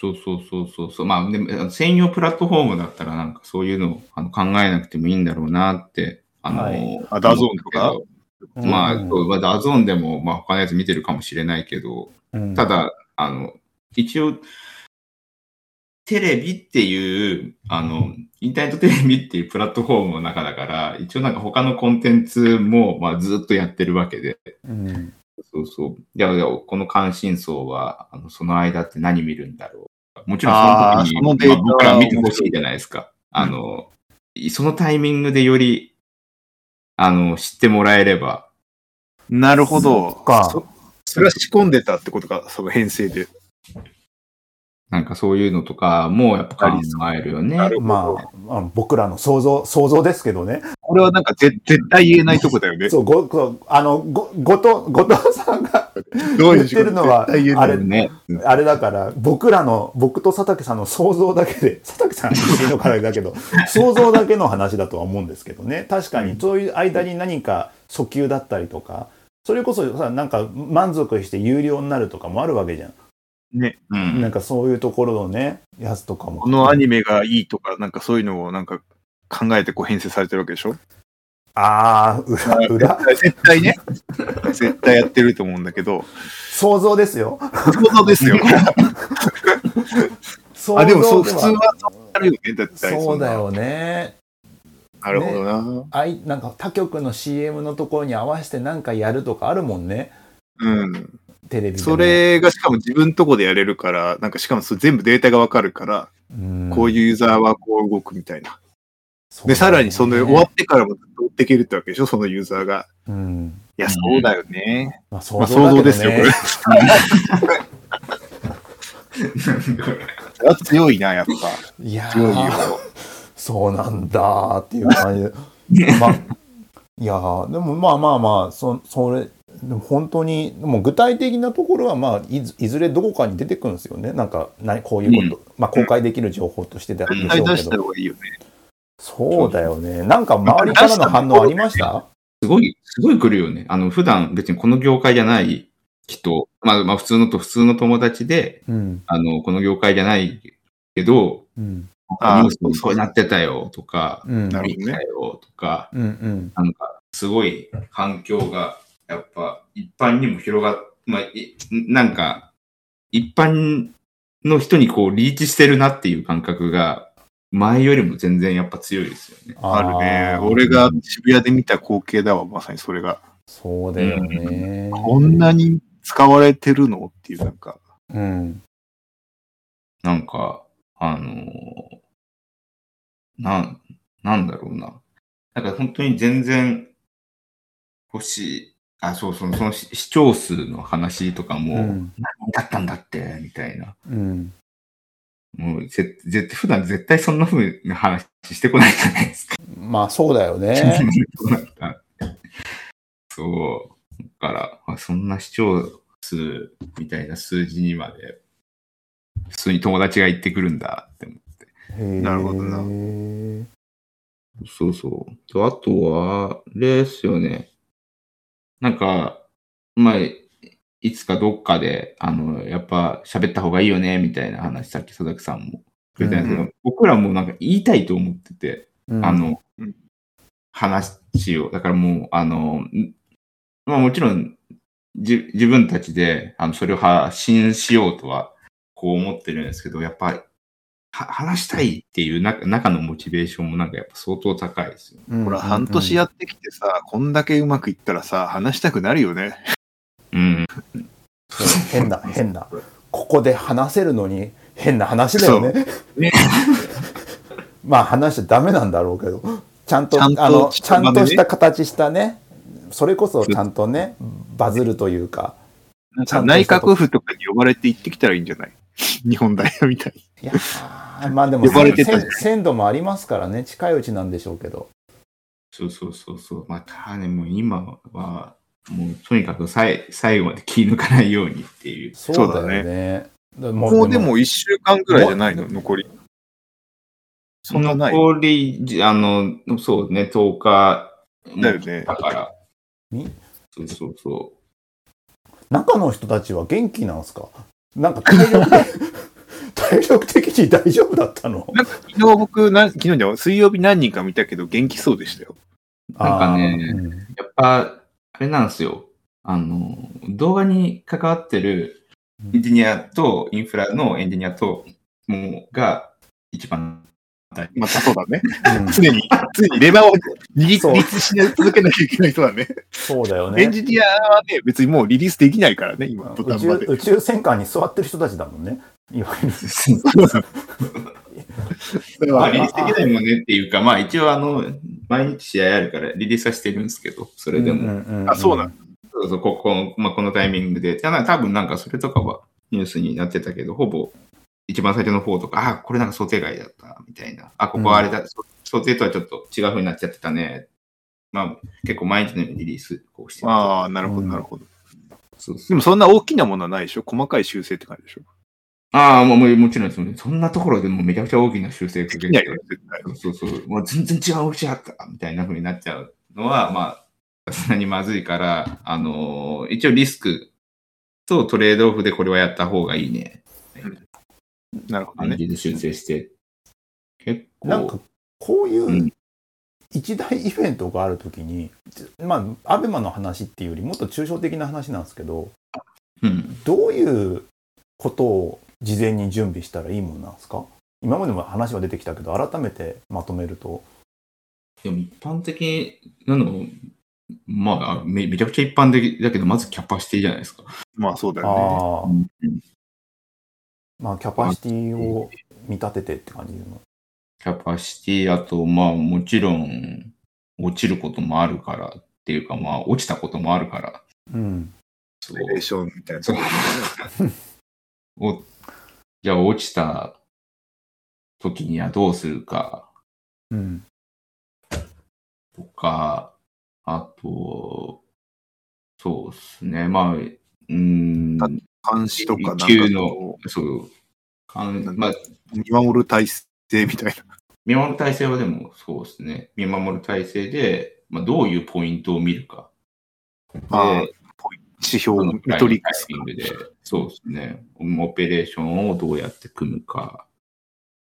S2: そうそうそうそうそう。まあ、でもあの専用プラットフォームだったら、なんかそういうのをあの考えなくてもいいんだろうなって、あの、
S1: はい
S3: あダゾーンとか
S2: まあ、
S1: うん
S2: そうまあダゾーンでも、まあ、他のやつ見てるかもしれないけど、
S1: うん
S2: ただ、あの、一応、テレビっていう、あの、インターネットテレビっていうプラットフォームの中だから、一応なんか他のコンテンツも、まあ、ずっとやってるわけで、
S1: うん
S2: そうそう。いやいや、この関心層は、あのその間って何見るんだろう。もちろん
S3: あ
S2: そ
S3: ーその
S2: の時
S3: デ
S2: に、
S3: ータ
S2: まあ、僕ら見てほしいじゃないですか。あの、そのタイミングでより、あの、知ってもらえれば。
S3: なるほど。
S1: っか
S3: そそれは仕込んでたってことか、その編成で。
S2: なんかそういうのとかもやっぱ考えるよね。
S3: なる
S1: まあ、まあ僕らの想像、想像ですけどね。
S3: これはなんかぜ絶対言えないとこだよね。
S1: そう、ご、ごあの、ご、後藤、後藤さんが
S3: どうい
S1: 言
S3: う
S1: って
S3: 仕事
S1: るのは、
S3: 絶対言えない
S1: あれ、
S2: ね。
S1: あれだから、僕らの、僕と佐竹さんの想像だけで、佐竹さんはいいのからだけ ど、想像だけの話だとは思うんですけどね。確かに、そういう間に何か訴求だったりとか、それこそさ、なんか満足して有料になるとかもあるわけじゃん。
S2: う
S1: なん
S2: ん。
S1: かそういうところのね、やつとかも。
S3: このアニメがいいとか、なんかそういうのをなんか考えてこう編成されてるわけでしょ
S1: ああ、裏、裏、
S3: 絶対ね。絶対やってると思うんだけ ど。
S1: 想像ですよ。
S3: そうです よ。
S1: 想像
S3: あ、でもそう、
S1: で
S3: 普
S1: は
S3: 通はそうなるよね、絶対。
S1: そうだ。よね。
S3: なるほどな。
S1: あいなんか他局の CM のところに合わせてなんかやるとかあるもんね。
S3: うん。
S1: テレビでも
S3: そ、れがしかも自分とこでやれるから、なんかしかもそれ全部データがわかるから、こう
S1: う
S3: いうユーザーはこう動くみたいな。
S1: ん
S3: で、さらにその終わ
S1: わ
S3: ってからもずっと追っていけるってわけでしょ、そのユーザーが。
S1: うん。
S3: いや、そうだよね。
S1: まあ想
S3: まあ
S1: 像,、
S3: 想像ですよ、これ。それは強いな、やっぱ。
S1: いや
S3: 強いよ。
S1: ーそうなんだーっていう感じで。 まあ、いやーでもまあまあまあ、そそれ、でも本当に、もう具体的なところは、まあいず、いずれどこかに出てくるんですよね。なんか、なこういうこと、まあ、公開できる情報としてだでしょうけ
S3: 絶対出
S1: ど。
S3: した方がいいよね。
S1: そうだよね。なんか周りからの反応ありました
S2: すごい、すごい来るよね。あの、普段別にこの業界じゃない人、まあまあ普通のと普通の友達で、
S1: うん。
S2: あの、この業界じゃないけど、
S1: うん。
S3: あー
S2: ニュースにこうなってたよとか、
S1: うん。
S3: なる
S2: 見てたよとか、
S1: うんうん。
S2: なんかすごい環境がやっぱ一般にも広がっ、まあ、いなんか一般の人にこうリーチしてるなっていう感覚が前よりも全然やっぱ強いですよね。
S3: あるね。
S1: ー
S3: 俺が渋谷で見た光景だわ、まさにそれが。
S1: そうだよね。
S3: こんなに使われてるのっていう、なんか。
S1: うん。
S2: なんか、あのーなん、なんだろうな。なんか本当に全然欲しい。あ、そうそう、その視視聴数の話とかも、
S1: うん
S2: 何だったんだって、みたいな。
S1: うん。
S2: もうぜ、絶対、普段絶対そんな風な話してこないじゃないですか。
S1: まあそうだよね。
S2: そう。だからあ、そんな視聴数みたいな数字にまで、普通に友達が行ってくるんだって思って。
S1: な
S3: なるほどな
S2: そうそう。とあとは、あれですよね。なんか、まあ、いつかどっかで、あの、やっぱ喋った方がいいよね、みたいな話、さっき佐々木さんも言ってたんですけど、
S3: う
S2: 僕らもなんか言いたいと思ってて、
S1: うん
S2: あの
S3: うん、
S2: 話を、だからもう、あの、んまあもちろん、じ自分たちであのそれを発信しようとは、こう思ってるんですけど、やっぱり、は話したいっていう中中のモチベーションもなんかやっぱ相当高いですよ。
S1: うん
S3: ほら、半年やってきてさ、こんだけうまくいったらさ、話したくなるよね。
S2: うん。
S1: そう変だ変だここで話せるのに変な話だよね
S2: ね
S1: まあ話しちゃダメなんだろうけどちゃんと
S3: ちゃんと
S1: あのち
S3: した
S1: ゃ
S3: ま
S1: ん
S3: でね
S1: とした形したねそれこそちゃんとねバズるというか
S3: なんか内閣府とかに呼ばれて行ってきたらいいんじゃない日本代表みたいに。
S1: いやーまあでも
S3: 呼ばれてた
S1: せん鮮度もありますからね近いうちなんでしょうけど
S2: そうそうそうそう。まあ、ただね、もう今は、もうとにかくさい最後まで気抜かないようにっていう。
S1: そうだ
S3: そ
S1: よ
S3: うだ
S1: ね
S3: ね
S1: だも
S3: もうでも1週間ぐらいじゃないの残り。そんなない。
S2: 残りじ、あの、そうね、10日
S3: だよね
S2: だから。
S1: み
S2: そうそうそ
S1: 中の人たちは元気なんすかなんか体力的体力的に大丈夫だったの
S3: なんか昨日僕、な昨日じゃない水曜日何人か見たけど元気そうでしたよ。
S2: う。なんかね、
S1: あーうん
S2: やっぱ、あれなんですよ。あの、動画に関わってるエンジニアと、インフラのエンジニアと、もう、が一番大事
S3: またそうだね。
S1: うん
S3: 常に、常にレバーを握り
S1: そう
S3: 立し続けなきゃいけない人だね。
S1: そうだよ
S3: エン
S1: ね
S3: ジニアはね、別にもうリリースできないからね、今、土
S1: 宇
S3: 壇場
S1: 宙
S3: で。
S1: 宇宙戦艦に座ってる人たちだもんねいわゆる
S2: です。
S3: だ
S2: ま
S3: か
S2: あ、リリー
S3: ら
S2: スできないもんねっていうか、まあ一応あの、毎日試合あるからリリースはしてるんですけど、それでも、
S1: んんん
S3: あ、そうなの。
S2: そうそうここの、まあ、このタイミングで、ただ多分なんかそれとかはニュースになってたけど、ほぼ一番最初の方とか、あ、これなんか想定外だったみたいな、あ、ここはあれだ、そ想定とはちょっと違う風になっちゃってたね。まあ結構毎日のようにリリースこうしてる
S3: ああ、なる
S1: う
S3: ほど、
S1: ん
S3: なるほど。
S2: そうそう
S3: でもそんな大きなものはないでしょ細かい修正って感じでしょ
S2: ああ、もうもうもちろんですもんねそんなところでもうめちゃくちゃ大きな修正かけて
S3: できないよね、絶対。
S2: そうそう、もう全然違うお家あったみたいな風になっちゃうのは、まあ、さすがにまずいから、あのー一応リスクとトレードオフでこれはやった方がいいね、
S3: なるほど
S2: 感
S3: ね。
S2: じで修正して、結構、
S1: なんかこういううん一大イベントがあるときに、まあアベマの話っていうよりもっと抽象的な話なんですけど
S2: うん、
S1: どういうことを事前に準備したらいいもんなんですか今までも話は出てきたけど改めてまとめると
S2: でも一般的なの、まあめ、めちゃくちゃ一般的だけど、まずキャパシティじゃないですか。
S3: まあそうだよ
S1: ああ
S2: うん
S1: まあキャパシティを見立ててって感じの
S2: キャパシティ、あと、まあ、もちろん、落ちることもあるからっていうか、まあ、落ちたこともあるから、
S1: うん
S2: そう
S3: ね。レーションみたいな。
S2: そうおじゃあ落ちた時にはどうするか
S1: うん
S2: とか、あと、そうですね、まあ、うーん、
S3: 監視とかなんか
S2: 急の
S3: こ、
S2: そう、か
S3: なん
S2: ん
S3: か
S2: まあ、
S3: う、見守る体制みたいな。
S2: 見守る体制はでもそうですね、見守る体制で、まあ、どういうポイントを見るか。
S3: ああ
S2: で
S3: 指標、
S2: どの
S3: メ
S2: くらい
S3: ト
S2: の
S3: リッ
S2: タイ
S3: クス
S2: ミングで、そうですね、オペレーションをどうやって組むか。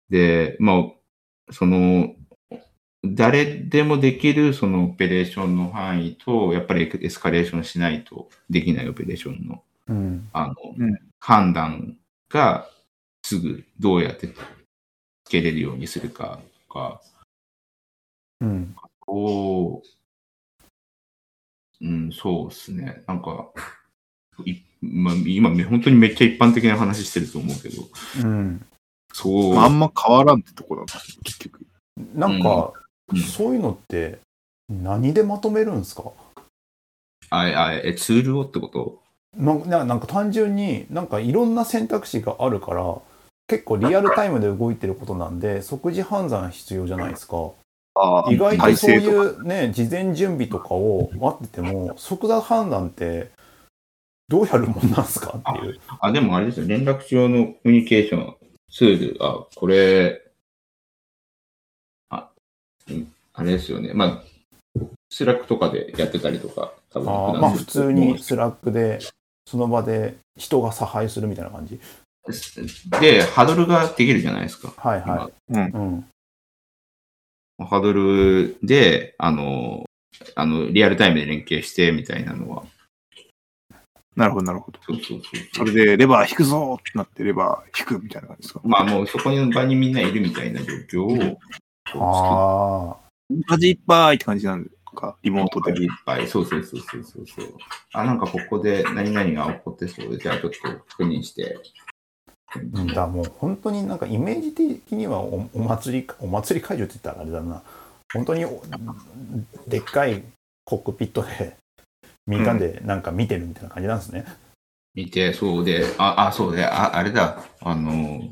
S2: で、まあ、その、誰でもできるそのオペレーションの範囲と、やっぱりエスカレーションしないとできないオペレーションの
S1: うん
S2: あの、
S3: うん
S2: 判断がすぐどうやってつけれるようにするかとか、
S1: うん
S2: おーうん、そうですね。なんか、いまあ、今、め本当にめっちゃ一般的な話してると思うけど、
S1: うん
S2: そう、
S3: まああんま変わらんってとこだな、結局。
S1: なんか、
S2: うん
S1: そういうのって何でまとめるんですか
S2: ああえツールをってこと
S1: なんななんか単純になんかいろんな選択肢があるから結構リアルタイムで動いてることなんで即時判断必要じゃないですか
S3: ああ、
S1: 意外と
S3: 体
S1: そう
S3: 制
S1: い
S3: とか。
S1: うね事前準備とかを待ってても即座判断ってどうやるもんなんすかっていう
S2: あ、でもあれですよ。連絡上のコミュニケーションツール、あ、これ、あ、うんあれですよね。まあ、スラックとかでやってたりとか、多分
S1: あー
S2: 普
S1: まあ
S2: 段
S1: 普
S2: すると
S1: 通にスラックで、その場で人が差配するみたいな感じ。
S2: で、ハードルができるじゃないですか。
S1: はいは
S3: うん
S1: い。。うん。
S2: ハードルで、あの、あの、リアルタイムで連携して、みたいなのは。
S3: なるほど、なるほど。
S2: そうそうそう
S3: それで、レバー引くぞーってなって、レバー引くみたいな感じですか。
S2: まあもうそこの場にみんないるみたいな状況を、こ
S1: あ
S3: 端いっぱいって感じなんか、リモート
S2: う作って
S3: で。
S2: いっぱい。そうそうそうそうそうそう。あ、なんかここで何々が起こってそうで、じゃあちょっと確認して。
S1: あ、だからもう本当になんかイメージ的にはおお祭り、お祭り会場って言ったらあれだな。本当におでっかいコックピットで、みんなでなんか見てるみたいな感じなんですね。
S2: 見て、そうで、あ、あ、そうで、あ、あれだ、あの、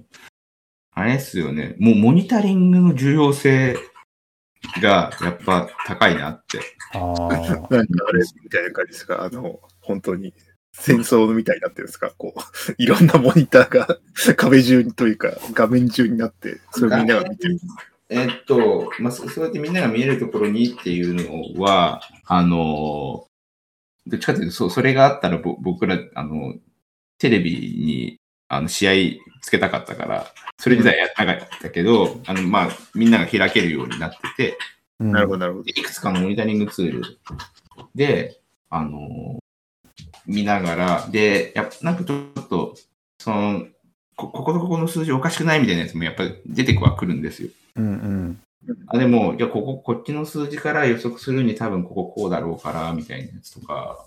S2: あれっすよね。もうモニタリングの重要性がやっぱ高いなって。
S1: あ あ。
S3: なんかあれみたいな感じですかあの、本当に戦争みたいになってるんですかこう、いろんなモニターが壁中にというか、画面中になって、それみんなが見てる。
S2: えっと、まあ、そそうやってみんなが見えるところにっていうのは、あの、どっちかというと、そうそれがあったらぼ僕ら、あの、テレビにあの試合つけたかったから、それ自体やったかったけど、あの、まあ、みんなが開けるようになってて、
S3: なる
S1: ほ
S3: ほど、なるほど。
S2: いくつかのモニタリングツールで、あのー見ながら、で、やっぱなんかちょっと、その、ここことここの数字おかしくないみたいなやつもやっぱり出てはくるんですよ。
S1: ど。うんうん。
S2: あでも、いや、ここ、こっちの数字から予測するに多分こここうだろうから、みたいなやつとか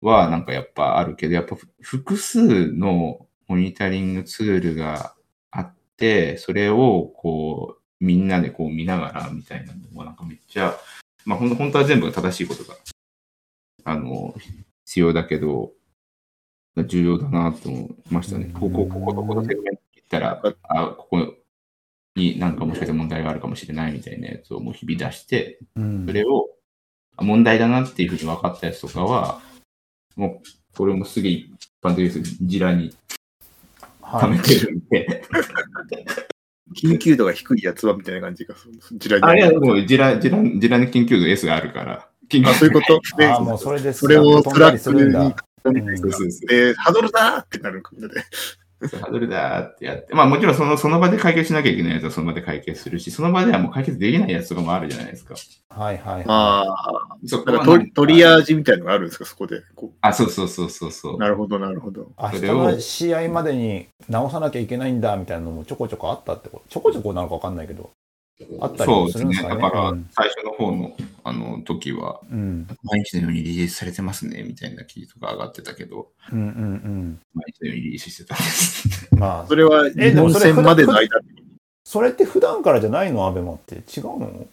S2: は、なんかやっぱあるけど、やっぱふ複数のモニタリングツールがあって、それをこう、みんなでこう見ながら、みたいなのも、なんかめっちゃ、まあ、ほん本当は全部正しいことが、あの、必要だけど、重要だなと思いましたね。ここ、ここ、ここのセグメント行ったら、あ、ここになんかもしかして問題があるかもしれないみたいなやつをもう日々出して、
S1: うん
S2: それをあ問題だなっていうふうに分かったやつとかは、もうこれもすげえ一般的ですジラに
S1: は
S2: 溜め
S1: い。
S2: てるんで、
S3: 緊急度が低いやつはみたいな感じが、そそちらに。
S2: あれはもうジラ、ジラ、ジラの緊急度 S があるから、緊
S3: あそう
S2: 急
S3: いうこと。で
S1: ああ、もうそれで
S3: それを
S1: 飛んだりするんだ。
S2: 度 S
S3: で、ハードルだーってなるんで。
S2: ハードルだーってやって、まあもちろんそのその場で解決しなきゃいけないやつはその場で解決するし、その場ではもう解決できないやつとかもあるじゃないですか。
S1: はいはい。
S3: ああ、
S2: そこ
S3: だ
S2: は
S3: か
S2: な
S3: らト
S2: んか
S3: リトリアージみたいのがあるんですか、そこで。こ
S2: あ、そうそうそうそうそうう。
S3: なるほど、なるほど。
S1: 明
S2: そ
S1: 日
S2: れを
S1: の試合までに直さなきゃいけないんだみたいなのもちょこちょこあったってことちょこちょこなのかわかんないけどあったり
S2: そう
S1: も
S2: ですす
S1: るんです
S2: ね。
S1: か
S2: だ
S1: ね
S2: から
S1: うん、
S2: 最初の方の、あの、時は、
S1: うん
S2: 毎日のようにリリースされてますね、みたいな記事とか上がってたけど、
S1: うんうん
S2: 毎日のようにリリースしてたんです。
S1: うんまあ
S3: それは日
S1: でも
S3: 本
S1: それ
S3: 戦までの間
S1: それって普段からじゃないのアベマって違うの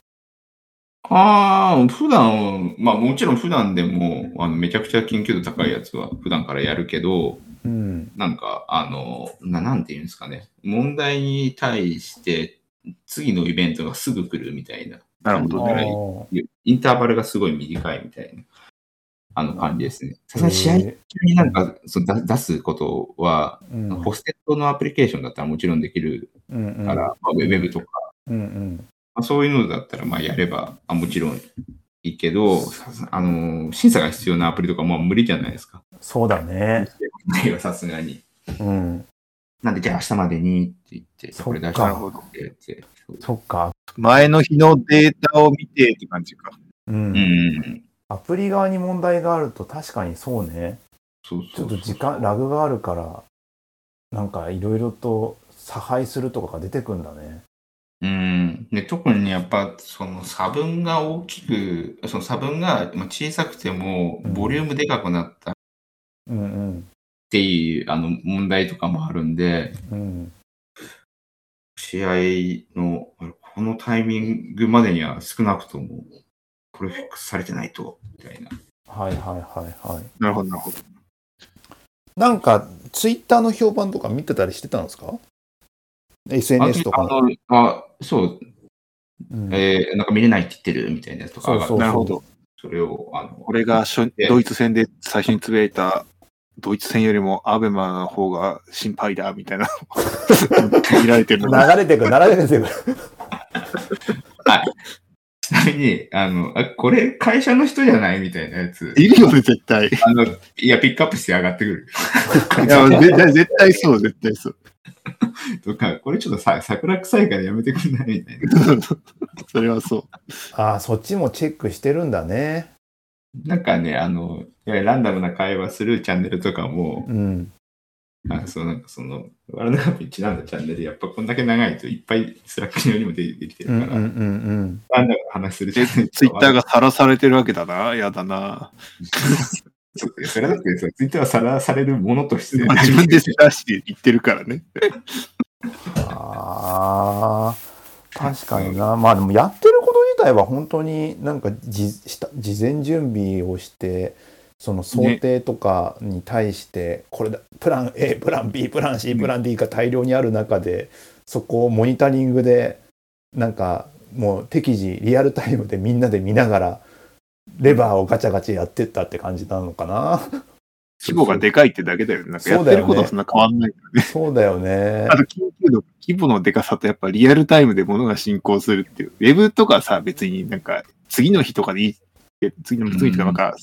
S2: ああ、普段、まあもちろん普段でも、あの、めちゃくちゃ緊急度高いやつは普段からやるけど、
S1: うん
S2: なんか、あの、ななんていうんですかね、問題に対して、次のイベントがすぐ来るみたいな、
S3: なるほ
S1: あ
S3: ど
S2: だから
S3: ね。
S1: ー
S2: インターバルがすごい短いみたいな、あの感じですね。さすがに試合中
S1: え
S2: になんかそうだ出すことは、
S1: ーうん
S2: ホステットのアプリケーションだったらもちろんできる
S1: うんうん
S2: から、まあウェブとか、
S1: うんうん
S2: まあ、そういうのだったらまあやればあもちろんいいけど、さすあのー審査が必要なアプリとかまあ無理じゃないですか。
S1: そうだね
S2: ないよさすがに。
S1: うん
S2: なんで、じゃあ明日までにって言って、
S1: そっか
S2: これ出したら
S3: なる
S2: っ
S3: ほど。
S2: て言って。
S1: そっか
S3: 前の日のデータを見てって感じか。
S1: う
S2: うんんうん。
S1: アプリ側に問題があると確かにそうね
S2: そう
S1: ち
S2: そ
S1: ょっ
S2: う
S1: と
S2: そう
S1: 時間ラグがあるからなんかいろいろと差配するとかが出てくんだね
S2: うんで特にやっぱその差分が大きく、その差分がまあ小さくても、ボリュームでかくなったっ
S1: うんうん
S2: ていうあの問題とかもあるんで、
S1: うん
S2: 試合のこのタイミングまでには少なくともこれフィックスされてないとみたいな。
S1: はいはいはいはい
S3: なるほど、なるほど。
S1: なんか、ツイッターの評判とか見てたりしてたんですか ?SNS とか
S2: あ
S1: の。
S2: のあそう、
S1: うん
S2: えーなんか見れないって言ってるみたいなやつとか
S1: そ
S2: が
S1: うそう
S3: なるほど。
S2: それをあの
S3: これが初
S2: で
S3: ドイツ戦で最初につぶやいた、ドイツ戦よりもアベマの方が心配だ、みたいな。見られてるのが。
S1: 流れてくる、流れてくる。
S2: はいちなみに、あの、あ、これ会社の人じゃないみたいなやつ。
S3: いるよね、絶対。い
S2: あの、いや、ピックアップして上がってくる。
S3: や、絶対、絶対そう、絶対そう。
S2: とか、これちょっとさ、桜臭いからやめてくんないみたいな。
S3: それはそう。
S1: ああ、そっちもチェックしてるんだね。
S2: なんかね、あの、いやランダムな会話するチャンネルとかも、
S1: うん。
S2: あそうなんかその、ワールドカップにちなんだチャンネル、やっぱこんだけ長いといっぱいスラックによりも出てきて
S1: うんう
S2: る
S1: んう
S2: か
S1: んうん。
S2: ら、ランダムな話するチャンネル。
S3: ツイッターがさらされてるわけだな。やだな。
S2: そう。それだってさ、ツイッターはさらされるものとして、
S3: 自分で出して言ってるからね。
S1: ああ、確かにな。まあでもやってること自体は本当になんかじした事前準備をして、その想定とかに対して、これだ、プラン A、プラン B、プラン C、プラン D が大量にある中で、そこをモニタリングで、なんかもう適時、リアルタイムでみんなで見ながら、レバーをガチャガチャやってったって感じなのかな。
S3: 規模がでかいってだけだよね。なんかや
S1: そう
S3: っ
S1: だ
S3: て
S1: よね
S3: ることはそんな変わんない。
S1: そうだよね
S3: あ。と、緊急度、規模のでかさとやっぱリアルタイムで物が進行するっていう。ウェブとかさ、別になんか、次の日とかでいい、え次の日とかなんか、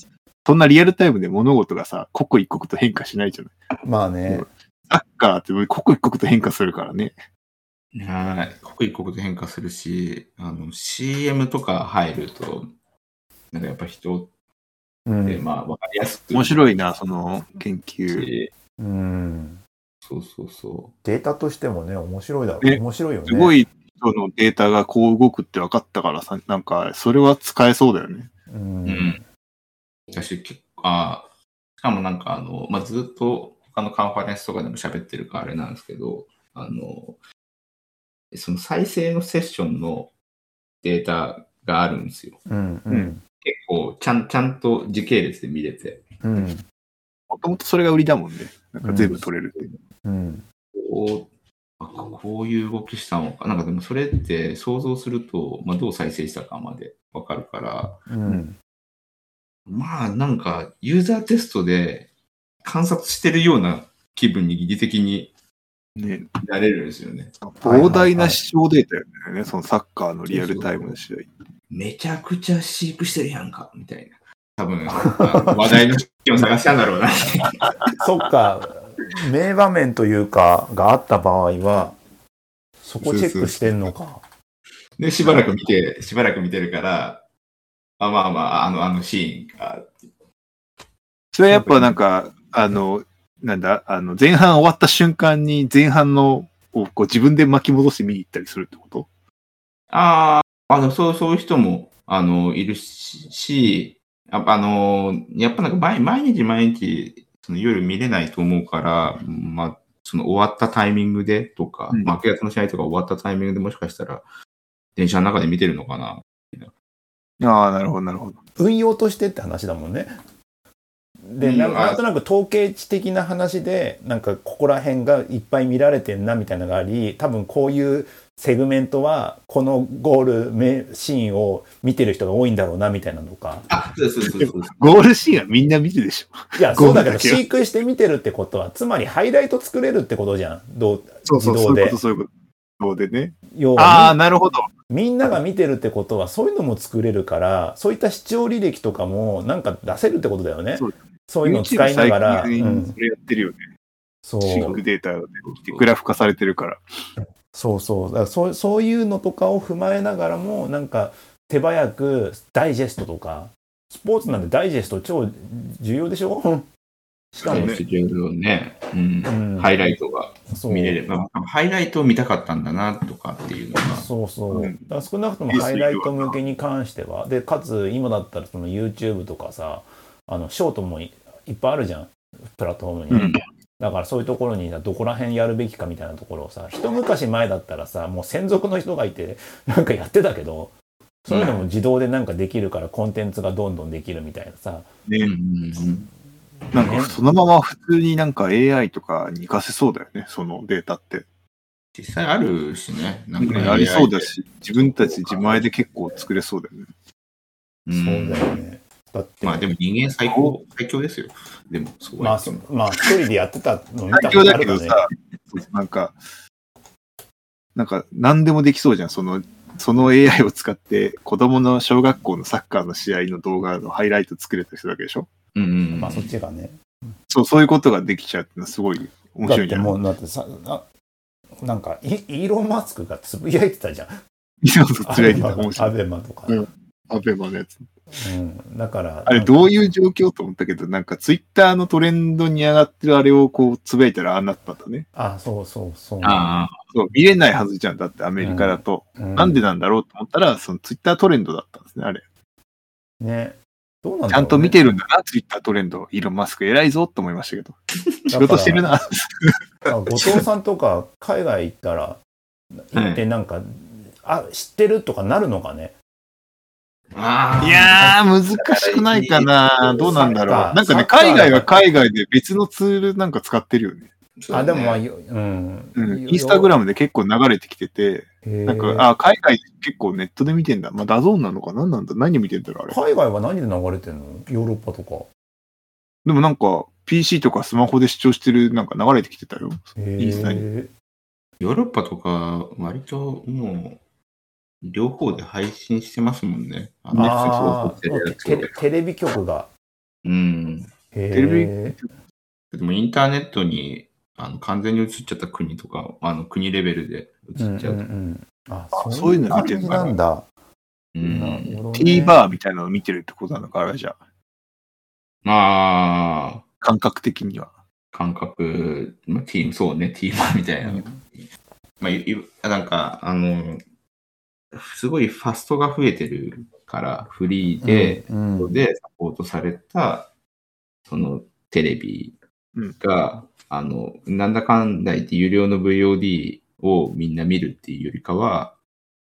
S3: そんなリアルタイムで物事がさ、刻一刻と変化しないじゃない。
S1: まあね。
S3: サッカーって刻一刻と変化するからね。
S2: はい。刻一刻と変化するし、あの、CM とか入ると、なんかやっぱ人っ
S1: う
S2: て、
S1: ん。
S2: まあ、わかりやすく。
S3: 面白いな、その研究。
S2: し
S1: うん
S2: そうそうそ
S1: データとしてもね、面白いだろう。
S3: ね
S1: 面白いよね。
S3: すご
S1: い。
S3: い人のデータがこう動くって分かったからさ、なんか、それは使えそうだよね。
S1: う
S2: う。
S1: ん。
S2: うん。私、結構、あしかもなんか、あの、まあ、ずっと他のカンファレンスとかでも喋ってるからあれなんですけど、あの、その再生のセッションのデータがあるんですよ。
S1: うん。う
S3: うんん。
S2: 結構、ちゃん、ちゃんと時系列で見れて。
S1: うん。
S3: もともとそれが売りだもんね。なんか全部取れるっていう。
S1: うん。
S2: こうあこういう動きしたのか。なんかでもそれって想像すると、まあ、どう再生したかまでわかるから、
S1: うん。
S2: まあなんかユーザーテストで観察してるような気分に疑似的に
S3: ね、
S2: なれるんですよね。
S3: 膨大な視聴データよね、そのサッカーのリアルタイムの試合。
S2: めちゃくちゃ飼育してるやんか、みたいな。多 分、あ話題の人を探したんだろうな。
S1: そっか、名場面というか、があった場合は、そこチェックしてんのか。
S2: で、しばらく見て、しばらく見てるから、あまあまあ、あの、あのシーンが、
S3: それはやっぱなんか、あの、なんだ、あの、前半終わった瞬間に前半のをこう自分で巻き戻して見に行ったりするってこと
S2: ああ、あの、そう、そういう人も、あの、いるし、しああの、やっぱなんか毎、毎日毎日、その夜見れないと思うから、まあ、その終わったタイミングでとか、
S3: うん
S2: まあ、明け方の試合とか終わったタイミングでもしかしたら、電車の中で見てるのかな。
S3: ああ、なるほど、なるほど。
S1: 運用としてって話だもんね。で、なん
S2: うんあ
S1: なんとなく統計値的な話で、なんかここら辺がいっぱい見られてんなみたいなのがあり、多分こういうセグメントは、このゴール名シーンを見てる人が多いんだろうなみたいなのか。
S2: あ、そうそうそうそう。
S3: ゴールシーンはみんな見るでしょ。
S1: いや、そうだけ
S3: ゴー
S1: ど、
S3: ルだけは
S1: 飼育して見てるってことは、つまりハイライト作れるってことじゃん。どう
S3: そうそう、
S1: 自
S3: そ
S1: 動
S3: ういう
S1: で
S3: こと、。そういうこと。そうでね。
S1: 要
S3: ああ、
S1: は
S3: なるほど。
S1: み、みんなが見てるってことは、そういうのも作れるから、そういった視聴履歴とかも、なんか出せるってことだよね。
S3: そう
S1: そういうのを使いながら。う
S3: YouTube 最近
S1: ん、
S3: それやってるよね。
S1: そ
S3: シン
S1: う
S3: クデータでグラフ化されてるから。
S1: そうそうだからそう。そういうのとかを踏まえながらも、なんか手早くダイジェストとか、スポーツなんてダイジェスト超重要でしょしかも、
S2: ね、ね。うん。
S1: うん
S2: ハイライトが
S1: そう
S2: 見れれば、まあハイライトを見たかったんだな、とかっていうのが。
S1: そうそう。
S3: うん
S1: だから少なくとも
S3: いいっす
S1: ハイライト向けに関しては、で、かつ今だったらその YouTube とかさ、あの、ショートもいいっぱいあるじゃん、プラットフォームに。
S2: うん
S1: だからそういうところにさどこら辺やるべきかみたいなところをさ、一昔前だったらさ、もう専属の人がいて、なんかやってたけど、そういうのも自動でなんかできるからコンテンツがどんどんできるみたいなさ、
S2: う
S3: ね
S2: ん。うん
S3: なんかそのまま普通になんか AI とかに活かせそうだよね、そのデータって。
S2: 実際あるしね。な
S3: うんん
S2: か
S3: ありそうだし、自分たち自前で結構作れそうだよね。
S2: う。
S1: そうんだよね。だって、
S2: まあでも人間最高、最強ですよ。でも、そう
S1: ま
S2: は
S1: あ、
S2: 言
S1: そ
S2: っても
S1: まあ、一人でやってたの見たこ
S3: 最強
S1: とあ
S3: だ
S1: る
S3: け
S1: か
S3: ど
S1: ね。
S3: さ、なんか、なんか、何でもできそうじゃん、そのその AI を使って子供の小学校のサッカーの試合の動画のハイライト作れた人だけでしょ
S2: うんうん。
S1: まあそっちがね。
S3: そう、そういうことができちゃうってのはすごい面
S1: だっ
S3: 白いん
S1: て
S3: じゃない
S1: もう、だってさ、あなんかイ、イーロン・マスクがつぶやいてたじゃん。
S3: そうそう、つらいってた面
S1: ア
S3: 白い。
S1: ベマとか。
S3: うんアベマのやつ。
S1: うん。だから、
S3: あれどう
S1: う
S3: いう状況と思ったけど、なんかツイッターのトレンドに上がってるあれをこうつぶやいたらああなったんだね。
S1: あ、そうそうそう。
S2: ああ、
S3: そう、見れないはずじゃんだってアメリカだと。
S1: うん
S3: なんでなんだろうと思ったら、そのツイッタートレンドだったんですね、あれ。
S1: ね。どうなんだろうね
S3: ちゃんと見てるんだな、ツイッタートレンド。イーロン・マスク偉いぞと思いましたけど。仕事してるな。
S1: あ後藤さんとか海外行ったら行ってなんか、あ知ってるとかなるのかね
S2: ああ。
S3: いやー、難しくないかな。どうなんだろう。なんかね、海外は海外で別のツールなんか使ってるよね。
S2: そう
S1: あ
S2: だね
S1: でもまあようん、
S3: うん。インスタグラ
S1: ム
S3: ムで結構流れてきてて、なんか、あ、海外結構ネットで見てんだ。まあ、ダゾーンなのか何なんだ何見てんだろう、あれ。
S1: 海外は何で流れてんのヨーロッパとか
S3: でもなんか、PC とかスマホで視聴してるなんか流れてきてたよ。インスタ
S1: に
S2: ヨーロッパとか、割ともう、両方で配信してますもんね。あ
S1: あ
S2: そうそうそう
S1: ーテレテレビ局が
S2: うん。
S1: テ
S3: テレ
S2: でもインターネットにあの完全に映っちゃった国とか、あの国レベルで
S1: う
S2: 映
S1: ん
S2: っ
S1: うん
S2: ち
S1: う
S2: ゃう。
S1: んあそ
S3: あ
S1: ういう
S3: そういうの
S1: 感
S3: 見てん
S1: じ
S3: だ
S1: なんだ、
S2: う
S1: なる
S2: ん。
S1: ほどね
S3: TVer みたいなの見てるってことなのか、あれじゃあ。
S2: まあ、
S3: 感覚的には。
S2: 感覚、まあ、ティーム、そうね、ティーマーみたいな。まあ、いいなんか、あの、すごいファストが増えてるから、フリーで、
S1: うんうん
S2: でサポートされた、そのテレビが、あの、なんだかんだ言って有料の VOD をみんな見るっていうよりかは、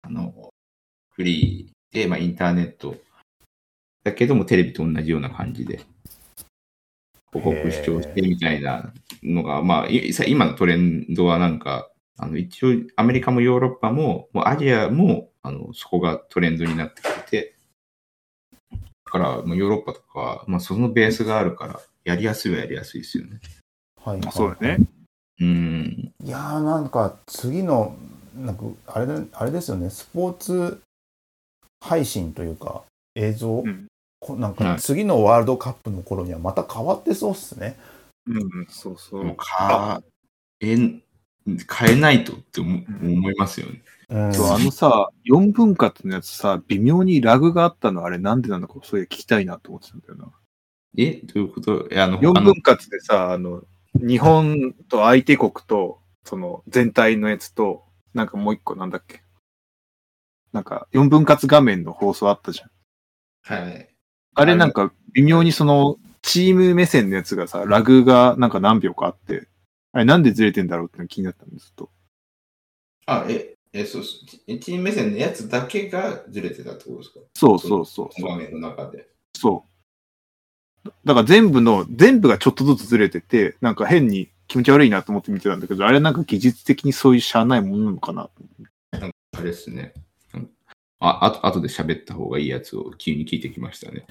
S2: あの、フリーで、まあインターネットだけどもテレビと同じような感じで、広告視聴してみたいなのが、まあ、いさ今のトレンドはなんか、あの一応アメリカもヨーロッパも、もうアジアもあのそこがトレンドになってきてて、だからまあヨーロッパとかは、まあ、そのベースがあるから、やりやすいはやりやすいですよね。
S1: はいはい
S3: そうだね。
S2: うん。
S1: いやーなんか次のなんかあれだあれですよねスポーツ配信というか映像、
S3: ん
S1: こなん
S2: は
S1: か
S2: い
S1: 次のワールドカップの頃にはまた変わってそうっすね。
S3: うん、そうそ
S2: もうかえん変えないとって思思いますよね。
S1: うん、
S3: そうあのさ、4分割のやつさ、微妙にラグがあったのあれなんでなのか、そういう聞きたいなと思ってたんだよな。
S2: えどういうことえあの、
S3: 4
S2: あの
S3: 分割でさ、あの、日本と相手国と、その全体のやつと、なんかもう一個なんだっけ。なんか4分割画面の放送あったじゃん。
S2: はい。
S3: あれなんか微妙にそのチーム目線のやつがさ、ラグがなんか何秒かあって、あれなんでずれてんだろうっての気になったんですと。
S2: あ、え、え、そうそう、チチーム目線のやつだけがずれてたってことですか
S3: そうそうそうそう。
S2: 画面の中で。
S3: そう。だだから全部の、全部がちょっとずつずれてて、なんか変に気持ち悪いなと思って見てたんだけど、あれなんか技術的にそういうしゃあないものなのかな。
S2: あれですね。うんあ、あと、後で喋った方がいいやつを急に聞いてきましたね。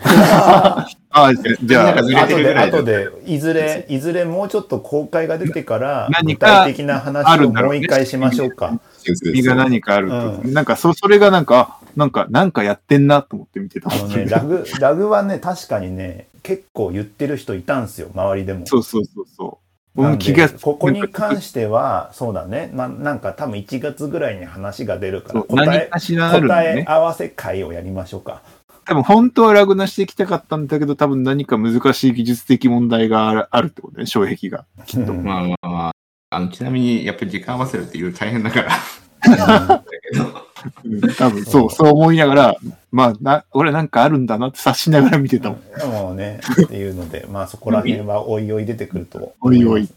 S3: ああ、じゃあじゃ
S2: なんか
S3: あ、
S2: ずれ
S1: 後
S2: てるぐ
S1: で
S2: らいだ
S1: 後でいずれいずれもうちょっと公開が出てから具
S3: 何か
S1: 体的な
S3: あ
S1: 話
S3: る
S1: を
S3: んだろ
S1: も
S3: う
S1: う
S3: ね
S1: 一回しましょうか。
S3: 身が何かあると。
S1: う
S3: なんかそ、それがなんか、あなんか、なんかやってんなと思って見てた
S1: あ。の ねラグラグはね確かにね結構言ってる人いたんすよ周りでも。
S3: そうそうそうそう。
S1: な
S3: うんん、気
S1: で
S3: が、
S1: ここに関
S3: して
S1: しては、そうだね、ななんか多分1月ぐらいに話が出るから、答
S3: 何
S1: え
S3: かしらあるん
S1: 答
S3: だ
S1: え
S3: ね。
S1: 合わせ会をやりましょうか。
S3: 多分本当はラグなしていきたかったんだけど、多分何か難しい技術的問題があるあるってことね、障壁が。
S1: きっ と。
S2: まあまあまあ。あのちなみに、やっぱり時間合わせるっていろいろ大変だから。だけど
S3: うん多分そう、そう思いながら、まあ、な、俺なんかあるんだなって察しながら見てたもん。
S1: もうね、っていうので、まあそこら辺はおいおい出てくると。
S3: おいおい。。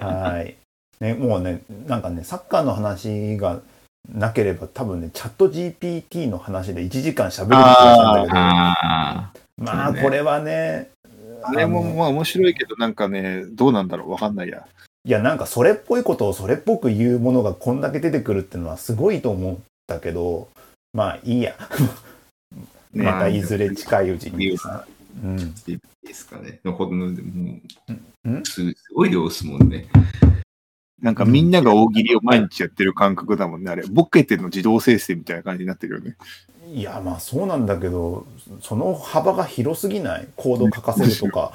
S1: はい。ね、もうね、なんかね、サッカーの話がなければ、多分ね、チャット GPT の話で1時間喋る気がしたんだ
S2: ああ。
S1: けど、まあこれはね、
S3: あれも
S1: の
S3: まあ面白いけど、なんかね、どうなんだろう、わかんないや。
S1: いや、なんかそれっぽいことをそれっぽく言うものがこんだけ出てくるってのはすごいと思ったけど、 まあいいや。
S3: ね
S1: またいずれ近いうちに。うん。
S2: ですかね。のほどの、でも
S1: ん
S2: すすごい量ですもんね。
S3: なんかみんなが大喜利を毎日やってる感覚だもんね、あれ。ボケての自動生成みたいな感じになってるよね。
S1: いやまあそうなんだけどその幅が広すぎないコード書かせるとか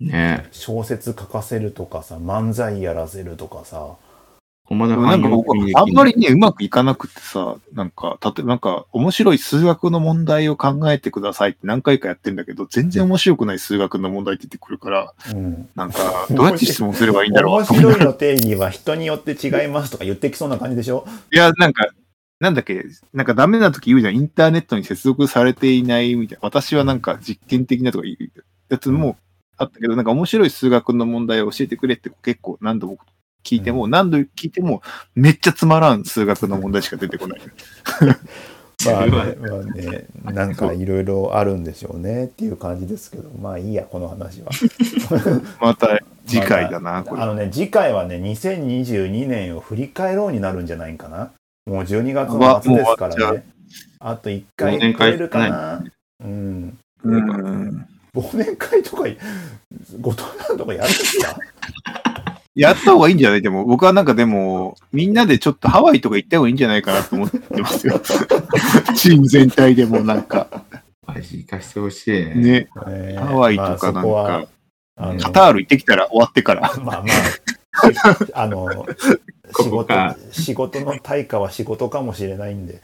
S2: ねえ。
S1: 小説書かせるとかさ漫才やらせるとかさ
S2: ここまで
S3: なん
S2: 汎
S3: か
S2: 用
S3: 僕
S2: 的にでき
S3: あんまりね、うまくいかなくてさ、なんか、たとなんか、面白い数学の問題を考えてくださいって何回かやってんだけど、全然面白くない数学の問題って出てくるから、
S1: うん
S3: なんか、どうやって質問すればいいんだろう
S1: 面
S3: と思
S1: 白いの定義は人によって違いますとか言ってきそうな感じでしょ
S3: いや、なんか、なんだっけ、なんかダメな時言うじゃん、インターネットに接続されていないみたいな。私はなんか実験的なとか言うやつもあったけど、なんか面白い数学の問題を教えてくれって結構何度も聞いても、何度聞いても、めっちゃつまらん数学の問題しか出てこない。
S1: まあね,、まあね、なんかいろいろあるんでしょうねっていう感じですけどまあいいやこの話は。
S3: また次回だな、これ
S1: あ。のね次回はね2022年を振り返ろうになるんじゃないかなもう12月の末ですか
S3: うわもう終
S1: ら
S3: わっ
S1: ねあと1
S2: 忘
S1: 回
S2: 年
S1: 超
S2: 会
S1: えるかなうん
S3: うん
S1: 忘年会とかごとなんとかやるんですか
S3: やった方がいいんじゃないでも、僕はなんかでも、みんなでちょっとハワイとか行った方がいいんじゃないかなと思ってま すよ。チーム全体でもなんか、
S2: マジ行かしてほしいね。
S3: ね、
S1: ね
S3: ハワイとか
S1: まあそ
S3: なん
S1: こは
S3: か、
S1: あの
S3: カタール行ってきたら終わってから。
S1: まあまああの仕
S2: ここ
S1: 事
S2: か
S1: 仕事の対価は仕事かもしれないんで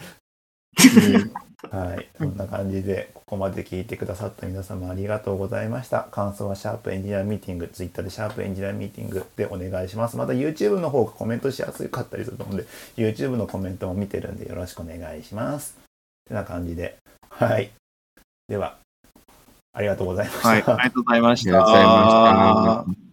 S1: はい、そんな感じで、ここまで聞いてくださった皆様ありがとうございました。感想はシャープエンジニアミーティング、ツイッターでシャープエンジニアミーティングでお願いします。また YouTube の方がコメントしやすかったりするので、YouTube のコメントも見てるんでよろしくお願いします。てな感じで、はい。では、ありがとうございました。
S3: はい、ありがとうございま
S2: あ
S3: し
S2: り
S3: た。
S2: がとうございました。